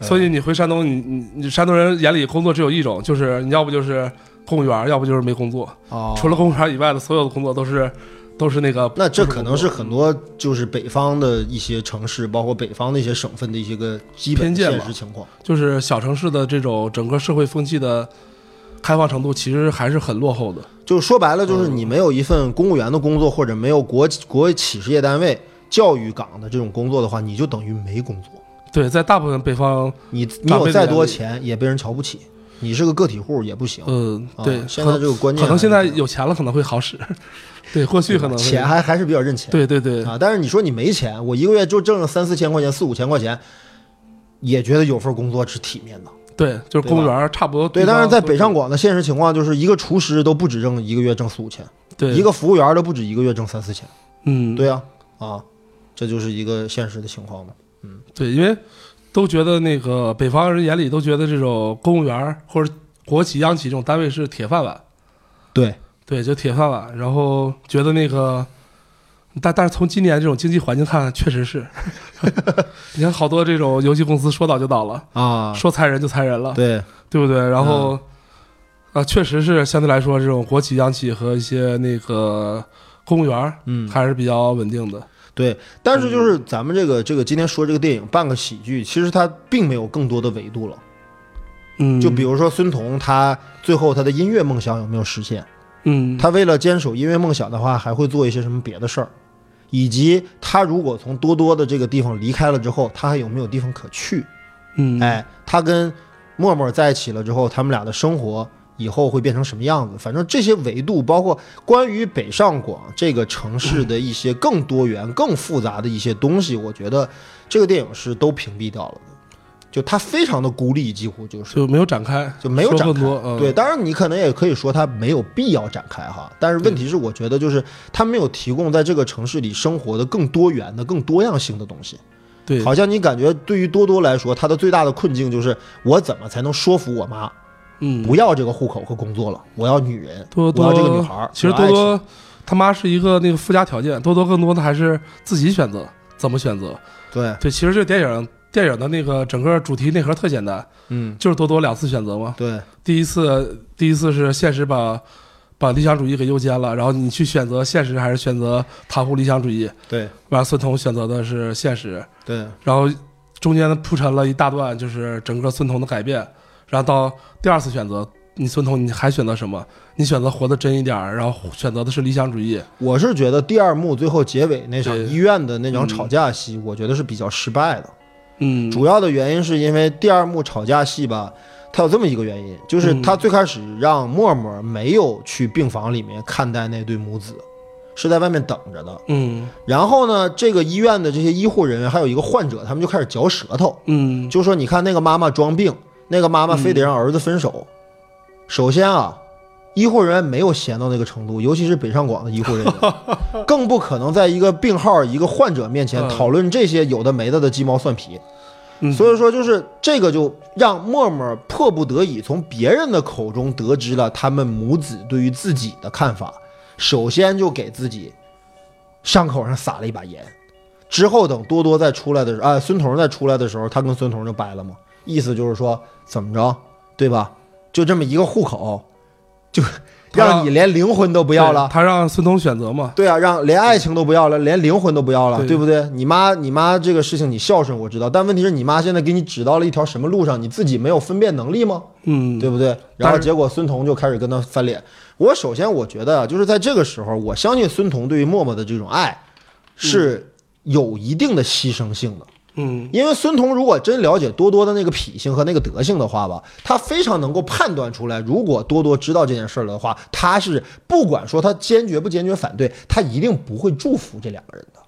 Speaker 2: 所
Speaker 1: 呃
Speaker 2: 以你回山东，你你你山东人眼里工作只有一种，就是你要不就是公务员，要不就是没工作。
Speaker 1: 哦
Speaker 2: 除了公务员以外的所有的工作都是都是那个。
Speaker 1: 那这可能是
Speaker 2: 不工
Speaker 1: 很多就是北方的一些城市，包括北方的一些省份的一些个基本
Speaker 2: 偏
Speaker 1: 的
Speaker 2: 见
Speaker 1: 现
Speaker 2: 吧
Speaker 1: 实情况。
Speaker 2: 作就是小城市的这种整个社会风气的开放程度，其实还是很落后的。
Speaker 1: 就是说白了，就是你没有一份公务员的工作，或者没有国企国企事业单位、教育岗的这种工作的话，你就等于没工作。
Speaker 2: 对，在大部分北方，
Speaker 1: 你你有再多钱，也被人瞧不起，你是个个体户也不行。
Speaker 2: 嗯、对，
Speaker 1: 啊、现在
Speaker 2: 可
Speaker 1: 这个观念
Speaker 2: 可能现在
Speaker 1: 还是
Speaker 2: 有钱了可能会好使，对，过去可能会
Speaker 1: 钱还还是比较认钱。
Speaker 2: 对对对，
Speaker 1: 啊，但是你说你没钱，我一个月就挣了三四千块钱、四五千块钱，也觉得有份工作是体面的。
Speaker 2: 对，就是公务员差不多地
Speaker 1: 啊对，
Speaker 2: 方都。
Speaker 1: 但是在北上广的现实情况就是，一个厨师都不止挣一个月挣四五千，
Speaker 2: 对
Speaker 1: 一个服务员都不止一个月挣三四千。
Speaker 2: 嗯
Speaker 1: 对啊，啊，这就是一个现实的情况嘛。
Speaker 2: 对，因为都觉得那个北方人眼里都觉得这种公务员或者国企、央企这种单位是铁饭碗，
Speaker 1: 对，
Speaker 2: 对，就铁饭碗。然后觉得那个，但但是从今年这种经济环境看，确 实是，你看好多这种游戏公司说倒就倒了，
Speaker 1: 啊，
Speaker 2: 说裁人就裁人了，
Speaker 1: 对，嗯
Speaker 2: 对不对？然后。啊，确实是相对来说，这种国企、央企和一些那个公务员
Speaker 1: 嗯，
Speaker 2: 还是比较稳定的。
Speaker 1: 对。但
Speaker 2: 嗯
Speaker 1: 是就是咱们这个这个今天说这个电影《半个喜剧》，其实它并没有更多的维度了。
Speaker 2: 嗯，
Speaker 1: 就比如说孙彤，他最后他的音乐梦想有没有实现？
Speaker 2: 嗯，
Speaker 1: 他为了坚守音乐梦想的话，还会做一些什么别的事儿？以及他如果从多多的这个地方离开了之后，他还有没有地方可去？
Speaker 2: 嗯，
Speaker 1: 哎，他跟默默在一起了之后，他们俩的生活以后会变成什么样子？反正这些维度，包括关于北上广这个城市的一些更多元、更复杂的一些东西，我觉得这个电影是都屏蔽掉了的，就它非常的孤立，几乎就是。
Speaker 2: 就没有展开，
Speaker 1: 就没有
Speaker 2: 说
Speaker 1: 展
Speaker 2: 更
Speaker 1: 开
Speaker 2: 多。嗯、
Speaker 1: 对，，当然你可能也可以说它没有必要展开哈，但是问题是，我觉得就是它没有提供在这个城市里生活的更多元的、更多样性的东西。
Speaker 2: 对，
Speaker 1: 好像你感觉对于多多来说，他的最大的困境就是我怎么才能说服我妈
Speaker 2: 嗯，
Speaker 1: 不要这个户口和工作了，我要女人，
Speaker 2: 多多
Speaker 1: 我要这个女孩儿。
Speaker 2: 其实
Speaker 1: 我爱
Speaker 2: 多
Speaker 1: 情
Speaker 2: 多他妈是一个那个附加条件，多多更多的还是自己选择怎么选择。
Speaker 1: 对，
Speaker 2: 对，其实这电影电影的那个整个主题内核特简单，
Speaker 1: 嗯，
Speaker 2: 就是多多两次选择嘛。
Speaker 1: 对
Speaker 2: 第一次第一次是现实把把理想主义给诱奸了，然后你去选择现实还是选择袒护理想主义。
Speaker 1: 对
Speaker 2: 完了，孙彤选择的是现实，
Speaker 1: 对
Speaker 2: 然后中间铺陈了一大段，就是整个孙彤的改变，然后到第二次选择，你孙彤，你还选择什么？你选择活得真一点儿，然后选择的是理想主义。
Speaker 1: 我是觉得第二幕最后结尾那场
Speaker 2: 对
Speaker 1: 医院的那场吵架戏，我觉得是比较失败的。
Speaker 2: 嗯，
Speaker 1: 主要的原因是因为第二幕吵架戏吧，它有这么一个原因，
Speaker 2: 嗯
Speaker 1: 就是他最开始让默默没有去病房里面看待那对母子，是在外面等着的。
Speaker 2: 嗯
Speaker 1: 然后呢，这个医院的这些医护人员还有一个患者，他们就开始嚼舌头，
Speaker 2: 嗯
Speaker 1: 就说你看那个妈妈装病，那个妈妈非得让儿子分手。首先啊，医护人员没有闲到那个程度，尤其是北上广的医护人 员，更不可能在一个病号、一个患者面前
Speaker 2: 嗯
Speaker 1: 讨论这些有的没的的鸡毛蒜皮。
Speaker 2: 嗯，
Speaker 1: 所以说，就是这个就让默默迫不得已从别人的口中得知了他们母子对于自己的看法，首先就给自己伤口上撒了一把盐。之后等多多再出来的时候，啊，孙彤再出来的时候，他跟孙彤就掰了嘛，意思就是说怎么着，对吧？就这么一个户口，就
Speaker 2: 他
Speaker 1: 让你连灵魂都不
Speaker 2: 不
Speaker 1: 要了。
Speaker 2: 他让孙彤选择嘛。
Speaker 1: 对啊，让连爱情都不要了，连灵魂都不要了，
Speaker 2: 对
Speaker 1: 对不对？你妈，你妈这个事情你孝顺我知道，但问题是你妈现在给你指到了一条什么路上，你自己没有分辨能力吗？
Speaker 2: 嗯，
Speaker 1: 对不对？然
Speaker 2: 但
Speaker 1: 后
Speaker 2: 是
Speaker 1: 结果孙彤就开始跟他翻脸。我首先我觉得啊，就是在这个时候，我相信孙彤对于默默的这种爱是有一定的牺牲性的，
Speaker 2: 嗯
Speaker 1: 因为孙彤如果真了解多多的那个脾性和那个德性的话吧，他非常能够判断出来，如果多多知道这件事儿了的话，他是不管说他坚决不坚决反对，他一定不会祝福这两个人的。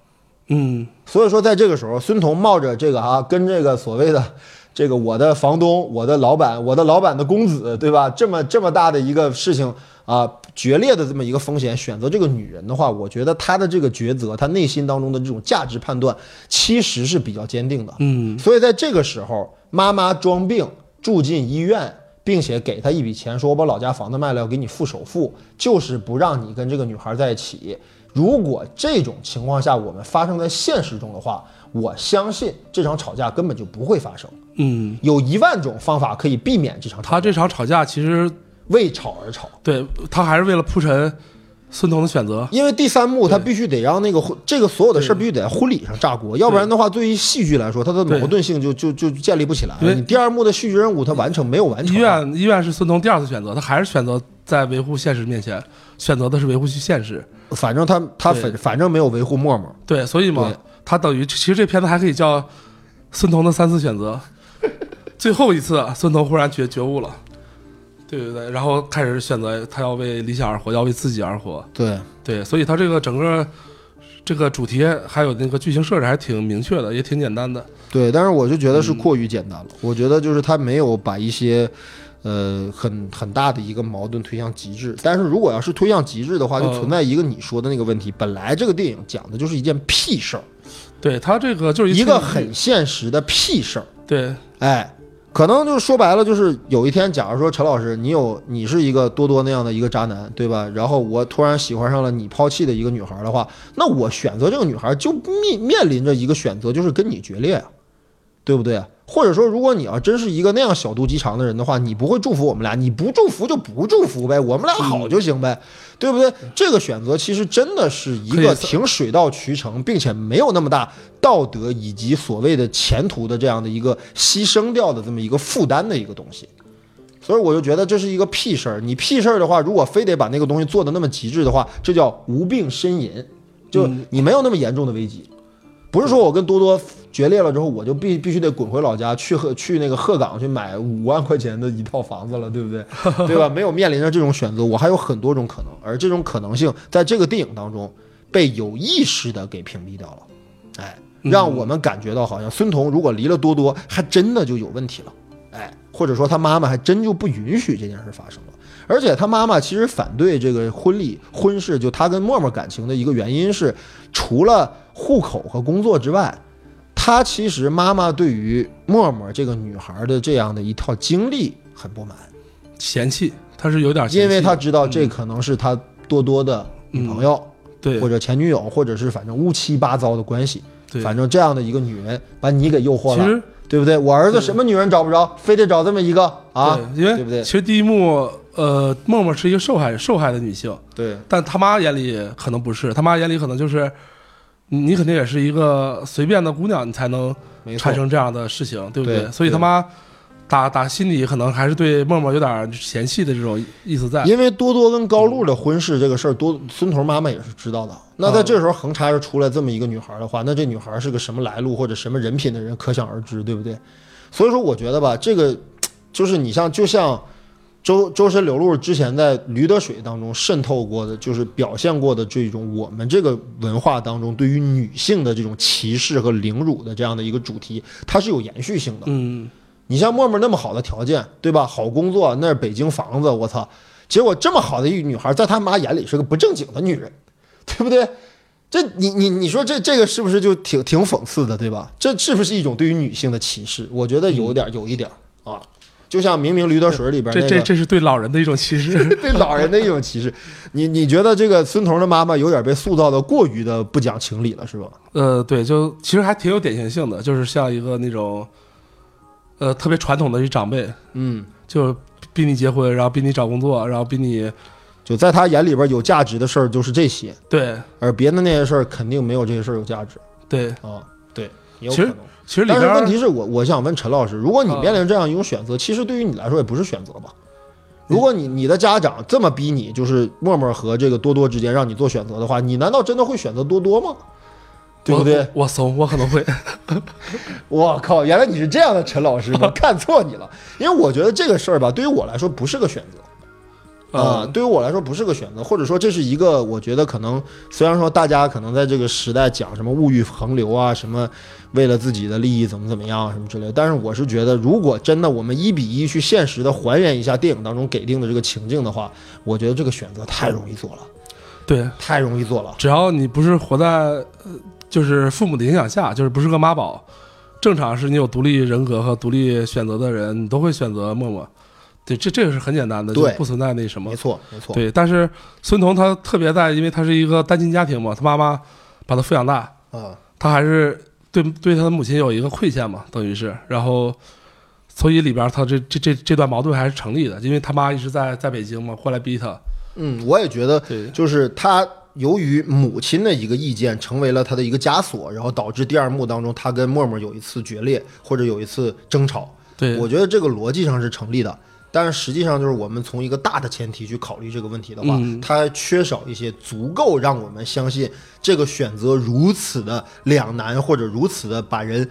Speaker 2: 嗯
Speaker 1: 所以说，在这个时候，孙彤冒着这个啊，跟这个所谓的这个我的房东、我的老板、我的老板的公子，对吧？这么这么大的一个事情啊，决裂的这么一个风险，选择这个女人的话，我觉得她的这个抉择，她内心当中的这种价值判断，其实是比较坚定的。
Speaker 2: 嗯
Speaker 1: 所以在这个时候，妈妈装病住进医院，并且给她一笔钱，说我把老家房子卖了，要给你付首付，就是不让你跟这个女孩在一起。如果这种情况下我们发生在现实中的话，我相信这场吵架根本就不会发生。
Speaker 2: 嗯，
Speaker 1: 有一万种方法可以避免这场吵
Speaker 2: 他这场吵架其实
Speaker 1: 为吵而吵。
Speaker 2: 对他还是为了铺陈孙彤的选择。
Speaker 1: 因为第三幕他必须得让那个婚这个所有的事儿必须得在婚礼上炸锅，要不然的话，对于戏剧来说，它的
Speaker 2: 对
Speaker 1: 矛盾性就就就就建立不起来了。
Speaker 2: 对
Speaker 1: 你第二幕的戏剧任务它完成没有完
Speaker 2: 医
Speaker 1: 成？
Speaker 2: 院医院是孙彤第二次选择，他还是选择在维护现实面前，选择的是维护现实。
Speaker 1: 反正他他
Speaker 2: 对
Speaker 1: 反反正没有维护默默，
Speaker 2: 对，所以嘛
Speaker 1: 对，
Speaker 2: 他等于其实这片子还可以叫孙彤的三次选择。 最后一次，啊孙彤忽然觉觉悟了，对对对，然后开始选择他要为理想而活，要为自己而活。
Speaker 1: 对
Speaker 2: 对，所以它这个整个这个主题还有那个剧情设置还挺明确的，也挺简单的。
Speaker 1: 对。但是我就觉得是
Speaker 2: 嗯
Speaker 1: 过于简单了，我觉得就是他没有把一些。呃，很很大的一个矛盾推向极致，但是如果要是推向极致的话，就
Speaker 2: 嗯
Speaker 1: 存在一个你说的那个问题。本来这个电影讲的就是一件屁事儿，
Speaker 2: 对，它这个就是
Speaker 1: 一
Speaker 2: 个
Speaker 1: 个很现实的屁事儿。
Speaker 2: 对，
Speaker 1: 哎，可能就是说白了，就是有一天，假如说陈老师，你有你是一个多多那样的一个渣男，对吧？然后我突然喜欢上了你抛弃的一个女孩的话，那我选择这个女孩就面面临着一个选择，就是跟你决裂啊，对不对？或者说，如果你要真是一个那样小肚鸡肠的人的话，你不会祝福我们俩，你不祝福就不祝福呗，我们俩
Speaker 2: 嗯
Speaker 1: 好就行呗，对不对？这个选择其实真的是一
Speaker 2: 可以
Speaker 1: 个
Speaker 2: 算
Speaker 1: 挺水到渠成，并且没有那么大道德以及所谓的前途的这样的一个牺牲掉的这么一个负担的一个东西。所以我就觉得这是一个屁事儿。你屁事儿的话，如果非得把那个东西做的那么极致的话，这叫无病呻吟，就你没有那么严重的危机。不是说我跟多多决裂了之后，我就必必须得滚回老家去鹤去那个鹤岗去买五万块钱的一套房子了，对不对？对吧？没有面临着这种选择，我还有很多种可能，而这种可能性在这个电影当中被有意识的给屏蔽掉了，哎，让我们感觉到好像孙彤如果离了多多，还真的就有问题了。哎，或者说他妈妈还真就不允许这件事发生了。而且他妈妈其实反对这个婚礼婚事，就他跟默默感情的一个原因是，除了户口和工作之外，他其实妈妈对于默默这个女孩的这样的一套经历很不满，
Speaker 2: 嫌弃它是有点嫌弃，
Speaker 1: 因为他知道这可能是他多多的女朋友、
Speaker 2: 对
Speaker 1: 或者前女友，或者是反正乌七八糟的关系，
Speaker 2: 对，
Speaker 1: 反正这样的一个女人把你给诱惑
Speaker 2: 其
Speaker 1: 了，
Speaker 2: 实
Speaker 1: 对不对？我儿子什么女人找不着，非得找这么一个啊？
Speaker 2: 对因为
Speaker 1: 对不对
Speaker 2: 其实第一幕呃，默默是一个受害受害的女性，
Speaker 1: 对。
Speaker 2: 但他妈眼里可能不是，他妈眼里可能就是你你肯定也是一个随便的姑娘，你才能
Speaker 1: 没错
Speaker 2: 产生这样的事情，对不
Speaker 1: 对
Speaker 2: 所以他妈打打心里可能还是对默默有点嫌弃的这种意思在。
Speaker 1: 因为多多跟高露的婚事这个事儿，多孙头妈妈也是知道的。那在这时候横插着出来这么一个女孩的话，那这女孩是个什么来路或者什么人品的人，可想而知，对不对？所以说，我觉得吧，这个就是你像就像周周深、刘露之前在《驴得水》当中渗透过的，就是表现过的这种我们这个文化当中对于女性的这种歧视和凌辱的这样的一个主题，它是有延续性的。
Speaker 2: 嗯，
Speaker 1: 你像默默那么好的条件，对吧？好工作，那是北京房子，我操！结果这么好的一女孩，在他妈眼里是个不正经的女人，对不对？这你你你说这这个是不是就挺挺讽刺的，对吧？这是不是一种对于女性的歧视？我觉得有点有一点啊，就像明明《驴得水》里边那
Speaker 2: 嗯这
Speaker 1: 个
Speaker 2: 这这是对老人的一种 歧视。
Speaker 1: 对老人的一种歧视。你你觉得这个孙彤的妈妈有点被塑造的过于的不讲情理了，是吧？
Speaker 2: 呃，对，就其实还挺有典型性的，就是像一个那种，呃，特别传统的一长辈，
Speaker 1: 嗯，
Speaker 2: 就逼你结婚，然后逼你找工作，然后逼你
Speaker 1: 就在他眼里边有价值的事儿就是这些，
Speaker 2: 对
Speaker 1: 而别的那些事儿肯定没有这些事儿有价值。
Speaker 2: 对。
Speaker 1: 啊，对，也有
Speaker 2: 其
Speaker 1: 可
Speaker 2: 实
Speaker 1: 能。
Speaker 2: 其实里
Speaker 1: 但是
Speaker 2: 边
Speaker 1: 问题是我我想问陈老师，如果你
Speaker 2: 啊
Speaker 1: 面临这样一种选择，其实对于你来说也不是选择吧？如果你你的家长这么逼你，就是默默和这个多多之间让你做选择的话，你难道真的会选择多多吗？对不对？
Speaker 2: 我？我怂，我可能会。
Speaker 1: 我靠，原来你是这样的陈老师，我看错你了。因为我觉得这个事儿吧，对于我来说不是个选择。啊、
Speaker 2: 呃，
Speaker 1: 对于我来说不是个选择，或者说这是一个我觉得可能，虽然说大家可能在这个时代讲什么物欲横流啊，什么为了自己的利益怎么怎么样什么之类的，但是我是觉得，如果真的我们一比一去现实的还原一下电影当中给定的这个情境的话，我觉得这个选择太容易做了，
Speaker 2: 对，
Speaker 1: 太容易做了。
Speaker 2: 只要你不是活在呃，就是父母的影响下，就是不是个妈宝，正常是你有独立人格和独立选择的人，你都会选择默默。对，这这个是很简单的，
Speaker 1: 对
Speaker 2: 就不存在那什么
Speaker 1: 没。错，没错，
Speaker 2: 对，但是孙彤她特别在，因为她是一个单亲家庭嘛，她妈妈把她抚养大，
Speaker 1: 啊，
Speaker 2: 她还是对对她的母亲有一个亏欠嘛，等于是，然后所以里边她这这这这段矛盾还是成立的，因为她妈一直在在北京嘛，过来逼她。
Speaker 1: 嗯，我也觉得
Speaker 2: 对，
Speaker 1: 就是他由于母亲的一个意见，成为了他的一个枷锁，然后导致第二幕当中他跟默默有一次决裂，或者有一次争吵。
Speaker 2: 对，
Speaker 1: 我觉得这个逻辑上是成立的，但是实际上就是我们从一个大的前提去考虑这个问题的话，
Speaker 2: 嗯
Speaker 1: 它还缺少一些足够让我们相信这个选择如此的两难，或者如此的把人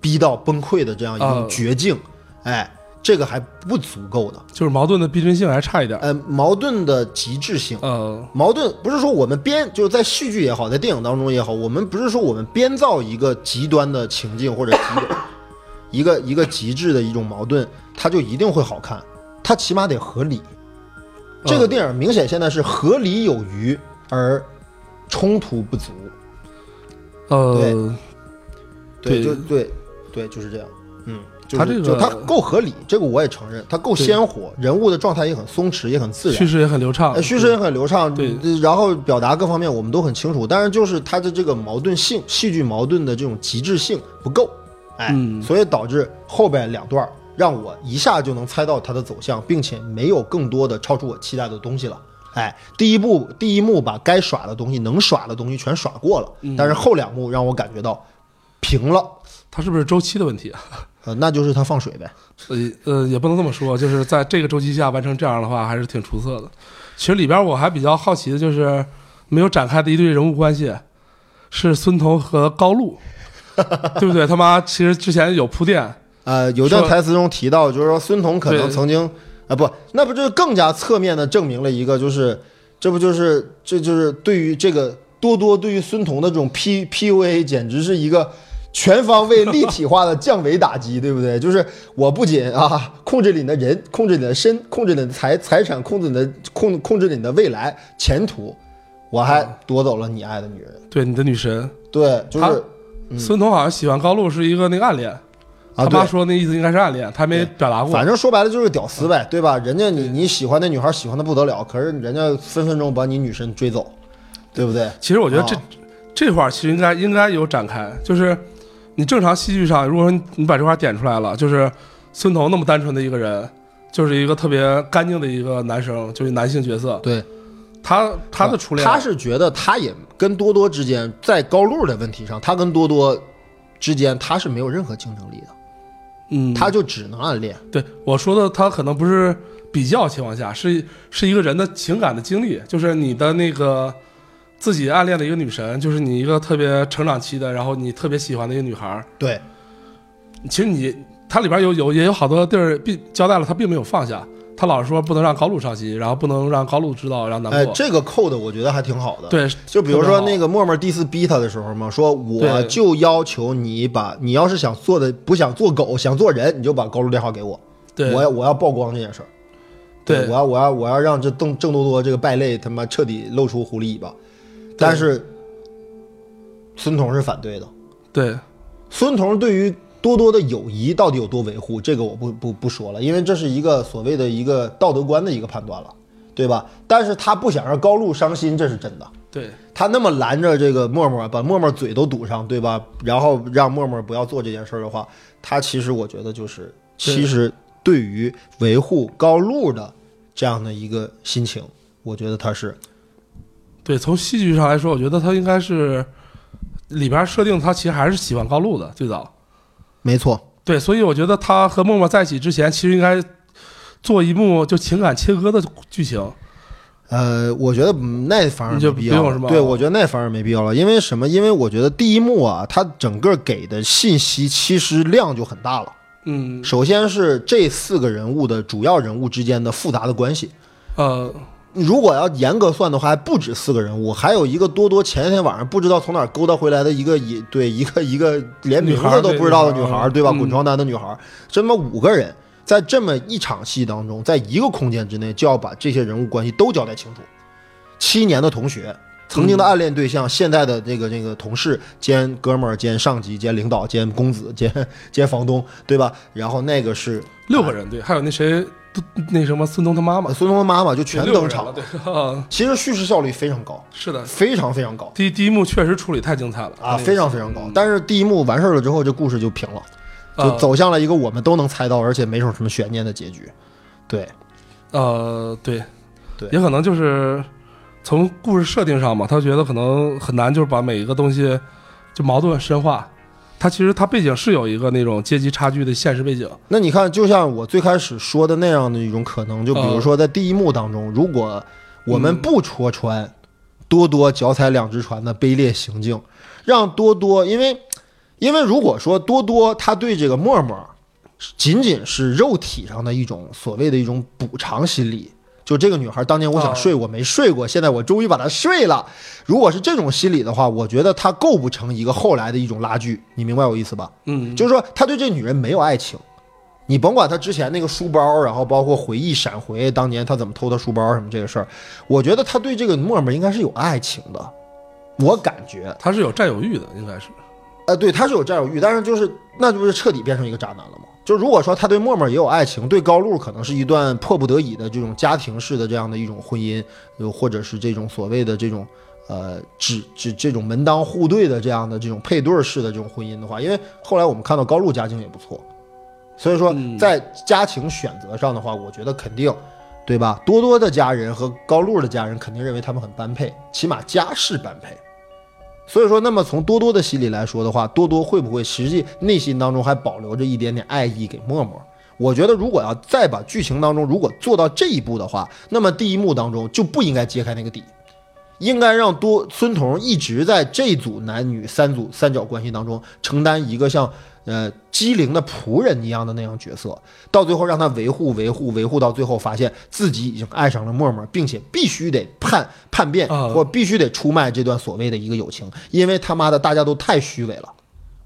Speaker 1: 逼到崩溃的这样一种
Speaker 2: 啊
Speaker 1: 绝境，哎，这个还不足够的，
Speaker 2: 就是矛盾的逼真性还差一点。
Speaker 1: 呃，矛盾的极致性。
Speaker 2: 呃，
Speaker 1: 矛盾不是说我们编就是在戏剧也好，在电影当中也好，我们不是说我们编造一个极端的情境或者极一个一个极致的一种矛盾，它就一定会好看，它起码得合理。
Speaker 2: 嗯
Speaker 1: 这个电影明显现在是合理有余而冲突不足，
Speaker 2: 呃，
Speaker 1: 对，
Speaker 2: 对
Speaker 1: 就对对，就是这样，嗯。就是、
Speaker 2: 它这个
Speaker 1: 就它够合理，这个我也承认，它够
Speaker 2: 对
Speaker 1: 鲜活，人物的状态也很松弛，也很自然
Speaker 2: 叙。事也很流畅
Speaker 1: 呃，，叙事也很流畅，
Speaker 2: 对
Speaker 1: 呃，然后表达各方面我们都很清楚，但是就是它的这个矛盾性，戏剧矛盾的这种极致性不够，哎，
Speaker 2: 嗯
Speaker 1: 所以导致后边两段儿让我一下就能猜到它的走向，并且没有更多的超出我期待的东西了。哎，第一部第一幕把该耍的东西、能耍的东西全耍过了，
Speaker 2: 嗯
Speaker 1: 但是后两幕让我感觉到平了，
Speaker 2: 它是不是周期的问题啊？
Speaker 1: 呃，那就是他放水呗。
Speaker 2: 呃呃，也不能这么说，就是在这个周期下完成这样的话，还是挺出色的。其实里边我还比较好奇的就是没有展开的一对人物关系，是孙彤和高 露，对不对？他妈其实之前有铺垫，
Speaker 1: 呃，有段
Speaker 2: 说
Speaker 1: 台词中提到，就是说孙彤可能
Speaker 2: 对
Speaker 1: 曾经啊、不，那不就是更加侧面的证明了一个，就是这不就是这就是对于这个多多对于孙彤的这种 P PUA，简直是一个全方位立体化的降维打击，对不对？就是我不仅啊控制了你的人，控制你的身，控制你的财财产，控制你的控控制你的未来前途，我还
Speaker 2: 啊
Speaker 1: 夺走了你爱的女人。
Speaker 2: 对你的女神、
Speaker 1: 对，就
Speaker 2: 他
Speaker 1: 是
Speaker 2: 孙彤好像喜欢高露是一个那个暗恋，
Speaker 1: 嗯啊，
Speaker 2: 他
Speaker 1: 对
Speaker 2: 妈。说那意思应该是暗恋，他没表达过。
Speaker 1: 反正说白了就是个屌丝呗，啊对吧？人家你你喜欢那女孩喜欢的不得了，可是人家分分钟把你女神追走，对不对？
Speaker 2: 其实我觉得这、
Speaker 1: 啊
Speaker 2: 这块儿其实应该应该有展开，就是你正常戏剧上，如果说你把这块儿点出来了，就是孙彤那么单纯的一个人，就是一个特别干净的一个男生，就是男性角色，
Speaker 1: 对，
Speaker 2: 他他的初恋，
Speaker 1: 他是觉得他也跟多多之间在高露的问题上，他跟多多之间他是没有任何竞争力的，
Speaker 2: 嗯，
Speaker 1: 他就只能暗恋。
Speaker 2: 对我说的，他可能不是比较情况下，是是一个人的情感的经历，就是你的那个自己暗恋的一个女神，就是你一个特别成长期的，然后你特别喜欢的一个女孩儿。
Speaker 1: 对，
Speaker 2: 其实你它里边有有也有好多地儿并交代了，他并没有放下，他老是说不能让高露伤心，然后不能让高露知道，让难
Speaker 1: 哎，
Speaker 2: 过。
Speaker 1: 这个扣的我觉得还挺好的。，
Speaker 2: 对，
Speaker 1: 就比如
Speaker 2: 特别
Speaker 1: 说
Speaker 2: 好
Speaker 1: 那个沫沫第一次逼他的时候嘛，说我
Speaker 2: 对
Speaker 1: 就要求你把你要是想做的不想做狗，想做人，你就把高露电话给我，
Speaker 2: 对，
Speaker 1: 我要我要曝光这件事儿。
Speaker 2: 对
Speaker 1: 我要我要我要让这邓郑多多这个败类他妈彻底露出狐狸尾巴。但是孙彤是反对的，
Speaker 2: 对，
Speaker 1: 孙彤对于多多的友谊到底有多维护，这个我不不不说了，因为这是一个所谓的一个道德观的一个判断了，对吧？但是他不想让高露伤心，这是真的。
Speaker 2: 对，
Speaker 1: 他那么拦着这个沫沫，把沫沫嘴都堵上，对吧？然后让沫沫不要做这件事儿的话，他其实我觉得就是，
Speaker 2: 对
Speaker 1: 其实对于维护高露的这样的一个心情，我觉得他是
Speaker 2: 对，从戏剧上来说，我觉得他应该是里边设定他其实还是喜欢高露的，最早。
Speaker 1: 没错。
Speaker 2: 对，所以我觉得他和默默在一起之前，其实应该做一幕就情感切割的剧情。
Speaker 1: 呃，我觉得嗯那反而
Speaker 2: 你就
Speaker 1: 没必要
Speaker 2: 不用
Speaker 1: 了
Speaker 2: 是。吧
Speaker 1: 对，我觉得那反而没必要了，因为什么？因为我觉得第一幕啊，它整个给的信息其实量就很大了。
Speaker 2: 嗯，
Speaker 1: 首先是这四个人物的主要人物之间的复杂的关系，
Speaker 2: 呃，
Speaker 1: 如果要严格算的话，还不止四个人物，还有一个多多前一天晚上不知道从哪儿勾搭回来的一个一对一个一个连名
Speaker 2: 女孩
Speaker 1: 字
Speaker 2: 儿
Speaker 1: 都
Speaker 2: 对
Speaker 1: 不知道的
Speaker 2: 女
Speaker 1: 女
Speaker 2: 孩儿
Speaker 1: 孩儿，对吧？
Speaker 2: 嗯
Speaker 1: 滚床单的女孩儿，这么五个人在这么一场戏当中，在一个空间之内就要把这些人物关系都交代清楚。七年的同学，曾经的暗恋对象，现在的这个这个同事兼哥们儿兼上级兼领导兼公子兼兼房东，对吧？然后那个是
Speaker 2: 六个人对，还有那谁，都那什么孙东他妈妈
Speaker 1: 呃孙彤的妈妈就全
Speaker 2: 六个
Speaker 1: 登
Speaker 2: 人
Speaker 1: 场
Speaker 2: 了
Speaker 1: 了。
Speaker 2: 对， 啊
Speaker 1: 其实叙事效率非常高，
Speaker 2: 是的，
Speaker 1: 非常非常高。
Speaker 2: 第第一幕确实处理太精彩了
Speaker 1: 啊，非常非常高。但是第一幕完事儿了之后，这故事就平了，就
Speaker 2: 呃
Speaker 1: 走向了一个我们都能猜到，而且没有什么悬念的结局。对，
Speaker 2: 呃，对，
Speaker 1: 对
Speaker 2: 也可能就是从故事设定上嘛，他觉得可能很难，就是把每一个东西就矛盾深化。他其实他背景是有一个那种阶级差距的现实背景，
Speaker 1: 那你看，就像我最开始说的那样的一种可能，就比如说在第一幕当中，如果我们不戳穿多多脚踩两只船的卑劣行径，让多多，因为因为如果说多多他对这个沫沫仅仅是肉体上的一种所谓的一种补偿心理。就这个女孩，当年我想睡，我没睡过，现在我终于把她睡了。如果是这种心理的话，我觉得她构不成一个后来的一种拉锯，你明白我意思吧？
Speaker 2: 嗯，
Speaker 1: 就是说他对这女人没有爱情。你甭管他之前那个书包，然后包括回忆闪回当年他怎么偷他书包什么这个事儿，我觉得他对这个沫沫应该是有爱情的，我感觉，
Speaker 2: 他是有占有欲的，应该是，
Speaker 1: 呃，对，他是有占有欲，但是就是那就不是彻底变成一个渣男了吗？就如果说他对沫沫也有爱情，对高露可能是一段迫不得已的这种家庭式的这样的一种婚姻，呃或者是这种所谓的这种呃只只这种门当户对的这样的这种配对式的这种婚姻的话，因为后来我们看到高露家境也不错，所以说
Speaker 2: 嗯
Speaker 1: 在家庭选择上的话，我觉得肯定，对吧？多多的家人和高露的家人肯定认为他们很般配，起码家世般配。所以说，那么从多多的心里来说的话，多多会不会实际内心当中还保留着一点点爱意给沫沫？我觉得，如果要再把剧情当中如果做到这一步的话，那么第一幕当中就不应该揭开那个底，应该让多孙彤一直在这组男女三组三角关系当中承担一个像呃机灵的仆人一样的那样角色，到最后让他维护维护维护到最后，发现自己已经爱上了沫沫，并且必须得叛叛变
Speaker 2: 啊
Speaker 1: 或必须得出卖这段所谓的一个友情，因为他妈的大家都太虚伪了。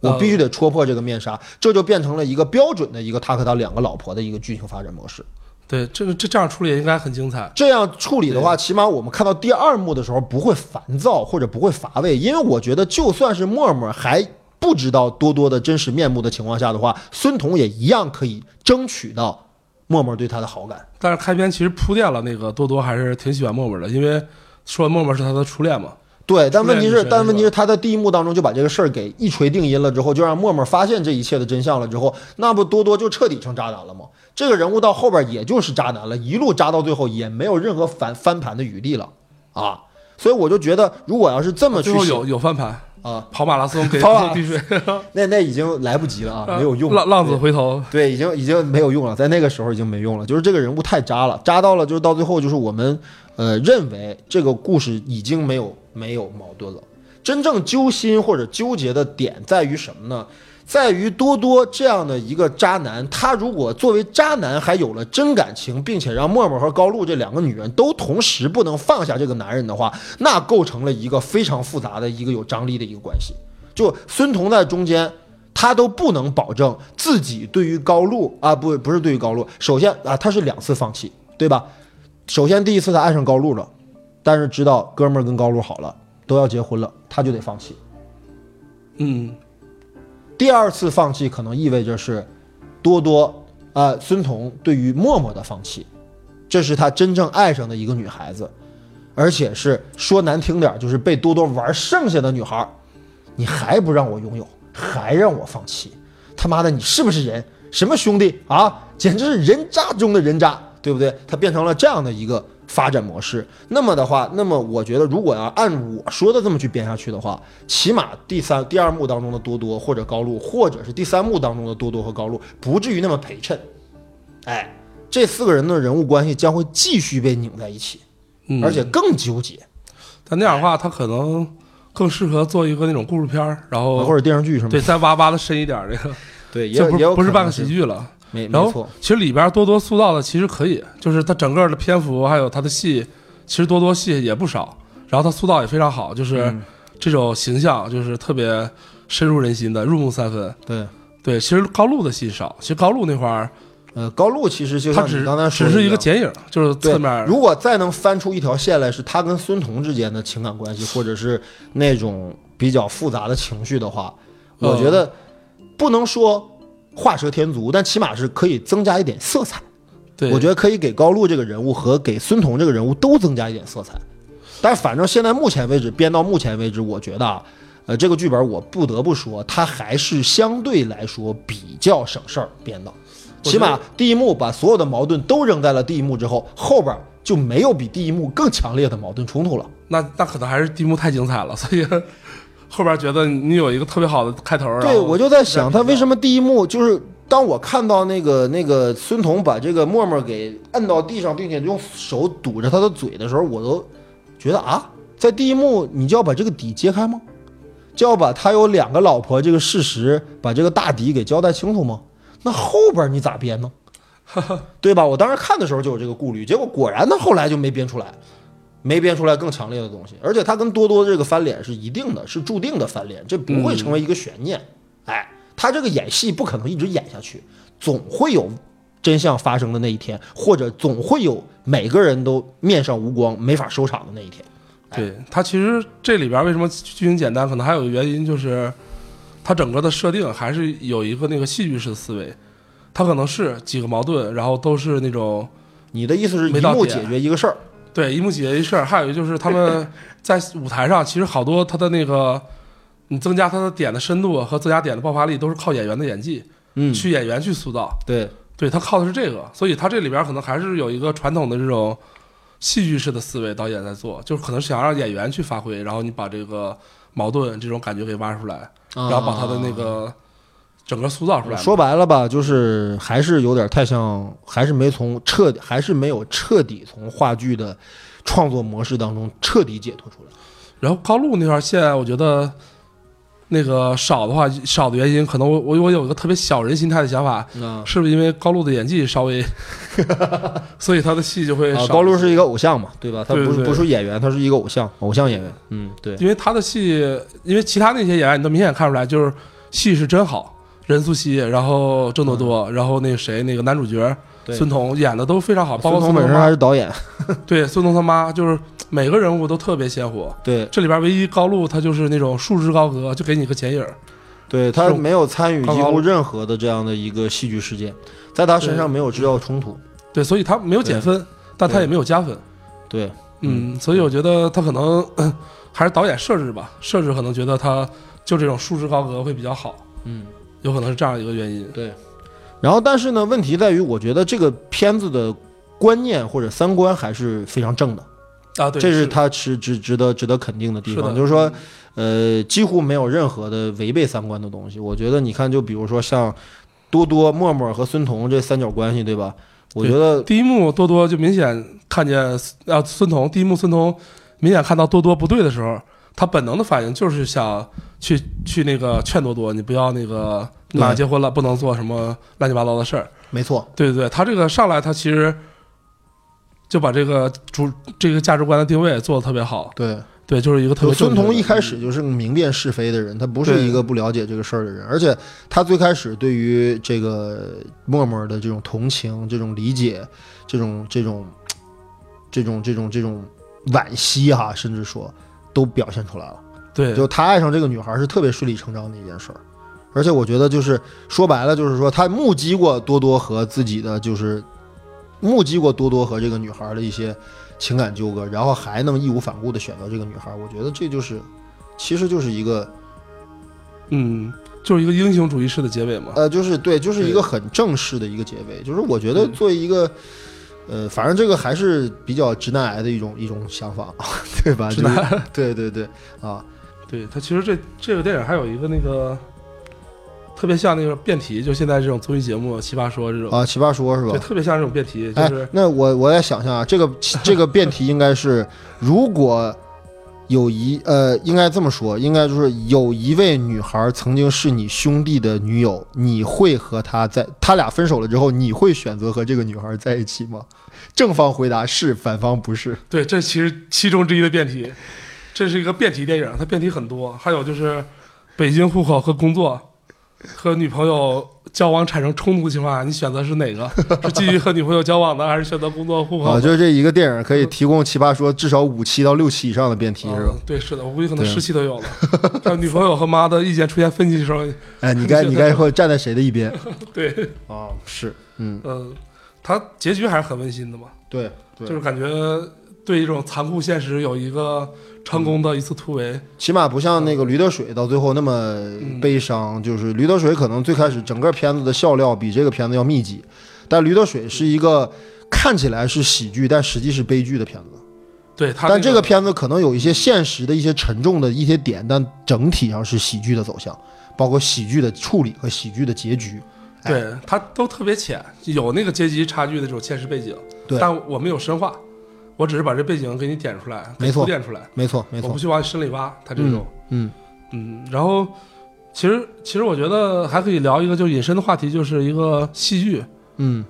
Speaker 1: 我
Speaker 2: 啊
Speaker 1: 必须得戳破这个面纱，这就变成了一个标准的一个他和他两个老婆的一个剧情发展模式。
Speaker 2: 对，这个这这样处理也应该很精彩。
Speaker 1: 这样处理的话，起码我们看到第二幕的时候不会烦躁或者不会乏味，因为我觉得就算是沫沫还不知道多多的真实面目的情况下的话，孙彤也一样可以争取到沫沫对他的好感。
Speaker 2: 但是开篇其实铺垫了那个多多还是挺喜欢默默的，因为说默默是他的初恋嘛。
Speaker 1: 对，但问题
Speaker 2: 初恋女
Speaker 1: 是，
Speaker 2: 神
Speaker 1: 但
Speaker 2: 是吧
Speaker 1: 问题是他在第一幕当中就把这个事儿给一锤定音了之后，就让沫沫发现这一切的真相了之后，那不多多就彻底成渣男了吗？这个人物到后边也就是渣男了，一路渣到最后也没有任何反翻盘的余地了啊！所以我就觉得，如果要是这么去
Speaker 2: 最后
Speaker 1: 写
Speaker 2: 有有翻盘，
Speaker 1: 啊，
Speaker 2: 跑马拉松给
Speaker 1: 跑马
Speaker 2: 碰滴水，
Speaker 1: 那那已经来不及了啊，没有用了。
Speaker 2: 呃浪浪子回头，
Speaker 1: 对，已经已经没有用了，在那个时候已经没用了。就是这个人物太渣了，渣到了就是到最后就是我们呃认为这个故事已经没有没有矛盾了。真正揪心或者纠结的点在于什么呢？在于多多这样的一个渣男，他如果作为渣男还有了真感情，并且让沫沫和高露这两个女人都同时不能放下这个男人的话，那构成了一个非常复杂的一个有张力的一个关系。就孙彤在中间，他都不能保证自己对于高露啊，不不是对于高露，首先啊，他是两次放弃，对吧？首先第一次他爱上高露了，但是知道哥们儿跟高露好了，都要结婚了，他就得放弃。
Speaker 2: 嗯，
Speaker 1: 第二次放弃可能意味着是多多啊、呃孙彤对于默默的放弃，这是他真正爱上的一个女孩子，而且是说难听点儿，就是被多多玩剩下的女孩儿，你还不让我拥有，还让我放弃，他妈的你是不是人？什么兄弟啊，简直是人渣中的人渣，对不对？他变成了这样的一个发展模式。那么的话，那么我觉得，如果要按我说的这么去编下去的话，起码第三、第二幕当中的多多或者高露，或者是第三幕当中的多多和高露，不至于那么陪衬。哎，这四个人的人物关系将会继续被拧在一起，
Speaker 2: 嗯
Speaker 1: 而且更纠结，
Speaker 2: 但那样的话，他可能更适合做一个那种故事片儿，然后
Speaker 1: 啊或者电视剧什么
Speaker 2: 对，再挖挖的深一点儿，这个
Speaker 1: 对，也
Speaker 2: 就不
Speaker 1: 也有
Speaker 2: 不是
Speaker 1: 可能
Speaker 2: 半个喜，剧了。
Speaker 1: 没
Speaker 2: 然
Speaker 1: 没
Speaker 2: 后
Speaker 1: 错，
Speaker 2: 其实里边多多塑造的其实可以，就是他整个的篇幅还有他的戏，其实多多戏也不少，然后他塑造也非常好，就是
Speaker 1: 嗯
Speaker 2: 这种形象就是特别深入人心的，入木三分。
Speaker 1: 对。
Speaker 2: 对，其实高露的戏少，其实高露那块儿
Speaker 1: 呃，高露其实就
Speaker 2: 他
Speaker 1: 像
Speaker 2: 只
Speaker 1: 你刚才说
Speaker 2: 只
Speaker 1: 的
Speaker 2: 是一个
Speaker 1: 样
Speaker 2: 剪影，就是侧
Speaker 1: 对，
Speaker 2: 面儿
Speaker 1: 如果再能翻出一条线来，是他跟孙彤之间的情感关系，或者是那种比较复杂的情绪的话，
Speaker 2: 嗯
Speaker 1: 我觉得不能说画蛇添足，但起码是可以增加一点色彩。
Speaker 2: 对，
Speaker 1: 我觉得可以给高露这个人物和给孙彤这个人物都增加一点色彩。但反正现在目前为止，编到目前为止，我觉得啊，呃，这个剧本我不得不说，它还是相对来说比较省事儿编的。
Speaker 2: 我觉得
Speaker 1: 起码第一幕把所有的矛盾都扔在了第一幕之后，后边就没有比第一幕更强烈的矛盾冲突了。
Speaker 2: 那那可能还是第一幕太精彩了，所以 后边觉得你有一个特别好的开头。然
Speaker 1: 对，
Speaker 2: 后
Speaker 1: 我就在想，他为什么第一幕就是当我看到那个那个孙彤把这个沫沫给摁到地上，并且用手堵着他的嘴的时候，我都觉得啊，在第一幕你就要把这个底揭开吗？就要把他有两个老婆这个事实，把这个大底给交代清楚吗？那后边你咋 编呢？对吧？我当时看的时候就有这个顾虑，结果果然他后来就没编出来，没编出来更强烈的东西。而且他跟多多这个翻脸是一定的，是注定的翻脸，这不会成为一个悬念。哎，他这个演戏不可能一直演下去，总会有真相发生的那一天，或者总会有每个人都面上无光、没法收场的那一天。
Speaker 2: 对它其实这里边为什么剧情简单，可能还有个原因就是，它整个的设定还是有一个那个戏剧式的思维，它可能是几个矛盾，然后都是那种
Speaker 1: 你的意思是
Speaker 2: 没
Speaker 1: 一
Speaker 2: 到
Speaker 1: 幕
Speaker 2: 点
Speaker 1: 解决一个事儿？
Speaker 2: 对一幕解决一事儿，还有一个就是 他们在舞台上，其实好多他的那个你增加他的点的深度和增加点的爆发力，都是靠演员的演技，
Speaker 1: 嗯
Speaker 2: 去演员去塑造。
Speaker 1: 对，
Speaker 2: 对他靠的是这个，所以他这里边可能还是有一个传统的这种戏剧式的思维，导演在做，就是可能想让演员去发挥，然后你把这个矛盾这种感觉给挖出来，然后把他的那个整个塑造出来嘛。
Speaker 1: 啊说白了吧，就是还是有点太像，还是没从彻，还是没有彻底从话剧的创作模式当中彻底解脱出来。
Speaker 2: 然后高露那条线，我觉得那个少的话，少的原因可能我我我有一个特别小人心态的想法，
Speaker 1: 啊，
Speaker 2: 是不是因为高露的演技稍微， 所以他的戏就会少一些、
Speaker 1: 啊高露是一个偶像嘛，对吧？他不
Speaker 2: 对
Speaker 1: 是
Speaker 2: 对
Speaker 1: 不是演员，他是一个偶像，偶像演员。嗯，对，
Speaker 2: 因为他的戏，因为其他那些演员你都明显看出来，就是戏是真好。任素汐，然后郑多多，然后那个谁，那个男主角
Speaker 1: 嗯对啊
Speaker 2: 孙彤演的都非常好，包
Speaker 1: 孙
Speaker 2: 括
Speaker 1: 彤
Speaker 2: 孙
Speaker 1: 本
Speaker 2: 彤
Speaker 1: 身还
Speaker 2: 妈，
Speaker 1: 是导 演，
Speaker 2: 对孙彤他妈，就是每个人物都特别鲜活。
Speaker 1: 对
Speaker 2: 这里边唯一高露，他就是那种束之高阁，就给你个剪影儿
Speaker 1: 对，他没有参与
Speaker 2: 高
Speaker 1: 几
Speaker 2: 高
Speaker 1: 乎
Speaker 2: 露
Speaker 1: 任何的这样的一个戏剧事件，在他身上没有制造冲突。
Speaker 2: 对，所以他没有减分，但他也没有加分。
Speaker 1: 对，
Speaker 2: 嗯，所以我觉得他可能 嗯还是导演设置吧，设置可能觉得他就这种束之高阁会比较好，
Speaker 1: 嗯，
Speaker 2: 有可能是这样一个原因。
Speaker 1: 对。然后，但是呢，问题在于，我觉得这个片子的观念或者三观还是非常正的。
Speaker 2: 啊，对，
Speaker 1: 这是
Speaker 2: 是
Speaker 1: 他是值值得值得肯定的地
Speaker 2: 是
Speaker 1: 方，
Speaker 2: 的
Speaker 1: 就是说，呃，几乎没有任何的违背三观的东西。我觉得你看，就比如说像多多、默默和孙彤这三角关系，对吧？我觉得
Speaker 2: 第一幕多多就明显看见啊孙彤，第一幕孙彤明显看到多多不对的时候，他本能的反应就是想去去那个劝多多，你不要那个
Speaker 1: 对
Speaker 2: 马上结婚了，不能做什么乱七八糟的事儿。
Speaker 1: 没错，
Speaker 2: 对对对，他这个上来他其实就把这个主这个价值观的定位做的特别好，
Speaker 1: 对。
Speaker 2: 对，就是一个特
Speaker 1: 就
Speaker 2: 别
Speaker 1: 孙
Speaker 2: 正确
Speaker 1: 彤
Speaker 2: 的
Speaker 1: 一开始就是个明辨是非的人，他不是
Speaker 2: 对
Speaker 1: 一个不了解这个事儿的人，而且他最开始对于这个默默的这种同情、这种理解、这种这种这种这种这种惋惜哈、甚至说都表现出来了。
Speaker 2: 对
Speaker 1: 就他爱上这个女孩是特别顺理成章的一件事儿，而且我觉得就是说白了，就是说他目击过多多和自己的就是目击过多多和这个女孩的一些情感纠葛，然后还能义无反顾的选择这个女孩，我觉得这就是其实就是一个
Speaker 2: 嗯，就是一个英雄主义式的结尾嘛。
Speaker 1: 呃，就是对，就是一个很正式的一个结尾，就是我觉
Speaker 2: 嗯
Speaker 1: 得作为一个。呃，反正这个还是比较直男癌的一种一种想法， 对吧？
Speaker 2: 直男
Speaker 1: 就是，对对对，啊，
Speaker 2: 对他其实这这个电影还有一个那个特别像那个辩题，就现在这种综艺节目《奇葩说》这种，
Speaker 1: 啊，奇葩说是吧？
Speaker 2: 对，特别像这种辩题，就
Speaker 1: 哎
Speaker 2: 是，
Speaker 1: 那我我也想象啊，这个这个辩题应该是，如果有一呃，应该这么说，应该就是有一位女孩曾经是你兄弟的女友，你会和她在他俩分手了之后，你会选择和这个女孩在一起吗？正方回答是，反方不是。
Speaker 2: 对，这其实其中之一的辩题，这是一个辩题电影，它辩题很多，还有就是北京户口和工作和女朋友交往产生冲突情况下，你选择是 哪个？是继续和女朋友交往呢，还是选择工作户口
Speaker 1: 啊，
Speaker 2: 呢？
Speaker 1: 就是这一个电影可以提供奇葩说至少五期到六期以上的辩题是吧
Speaker 2: 嗯？对，是的，我估计可能
Speaker 1: 对
Speaker 2: 十期都 有了。像女朋友和妈的意见出现分歧的时候，
Speaker 1: 哎，你该你该会站在谁的一 边
Speaker 2: 对，哦
Speaker 1: 啊？是，嗯，
Speaker 2: 嗯，它结局还是很温馨的嘛，
Speaker 1: 对，对
Speaker 2: 就是感觉对一种残酷现实有一个成功的一次突围。
Speaker 1: 起码不像那个驴得水到最后那么悲伤，就是驴得水可能最开始整个片子的笑料比这个片子要密集，但驴得水是一个看起来是喜剧，但实际是悲剧的片子。
Speaker 2: 对他、
Speaker 1: 但
Speaker 2: 这
Speaker 1: 这个片子可能有一些现实的一些沉重的一些点，但整体上是喜剧的走向，包括喜剧的处理和喜剧的结局。哎
Speaker 2: 对他都特别浅，有那个阶级差距的这种现实背景，
Speaker 1: 对
Speaker 2: 但我没有深化，我只是把这背景给你点出来，给
Speaker 1: 没错
Speaker 2: 铺垫出来，
Speaker 1: 没错，没
Speaker 2: 我
Speaker 1: 错
Speaker 2: 不，去往深里挖。他这种，
Speaker 1: 嗯，
Speaker 2: 嗯然后其实其实我觉得还可以聊一个就引申的话题，就是一个戏剧，
Speaker 1: 嗯，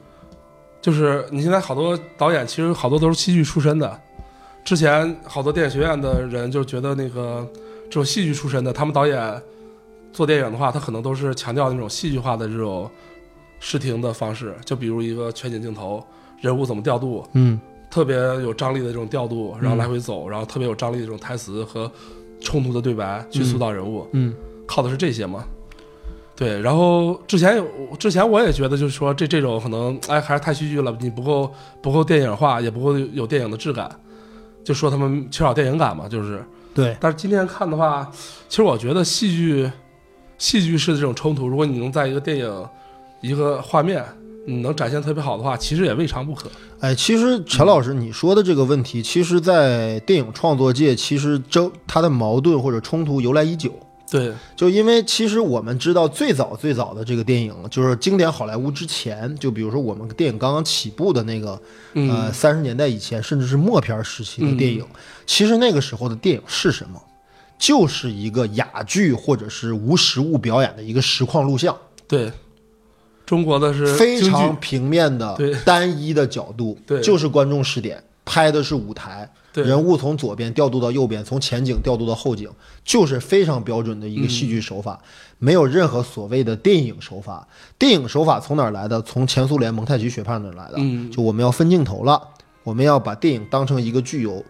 Speaker 2: 就是你现在好多导演其实好多都是戏剧出身的，之前好多电影学院的人就觉得那个这种戏剧出身的，他们导演做电影的话，他可能都是强调那种戏剧化的这种视听的方式，就比如一个全景镜头，人物怎么调度，
Speaker 1: 嗯，
Speaker 2: 特别有张力的这种调度，然后来回走，然后特别有张力的这种台词和冲突的对白去塑造人物，
Speaker 1: 嗯，
Speaker 2: 靠的是这些嘛。对，然后之前有，之前我也觉得就是说这这种可能哎还是太戏剧了，你不够不够电影化，也不够有电影的质感，就说他们缺少电影感嘛，就是。
Speaker 1: 对，
Speaker 2: 但是今天看的话，其实我觉得戏剧戏剧式的这种冲突，如果你能在一个电影一个画面你能展现特别好的话，其实也未尝不可。
Speaker 1: 哎，其实陈老师你说的这个问题，其实，在电影创作界，其实争它的矛盾或者冲突由来已久。
Speaker 2: 对
Speaker 1: 就因为其实我们知道最早最早的这个电影，就是经典好莱坞之前，就比如说我们电影刚刚起步的那个、
Speaker 2: 嗯
Speaker 1: 呃三十年代以前，甚至是默片时期的电影，其实那个时候的电影是什么？就是一个哑剧或者是无实物表演的一个实况录像，
Speaker 2: 对，中国的是
Speaker 1: 非
Speaker 2: 京
Speaker 1: 常
Speaker 2: 剧，
Speaker 1: 平面的
Speaker 2: 对、
Speaker 1: 单一的角度，
Speaker 2: 对
Speaker 1: 就是观众视点，拍的是舞台，
Speaker 2: 对
Speaker 1: 人物从左边调度到右边，从前景调度到后景，就是非常标准的一
Speaker 2: 嗯
Speaker 1: 个戏剧手法，没有任何所谓的电影手法。电影手法从哪儿来的？从前苏联蒙太奇学派那儿来的。
Speaker 2: 嗯
Speaker 1: 就我们要分镜头了，我们要把电影当成一个具有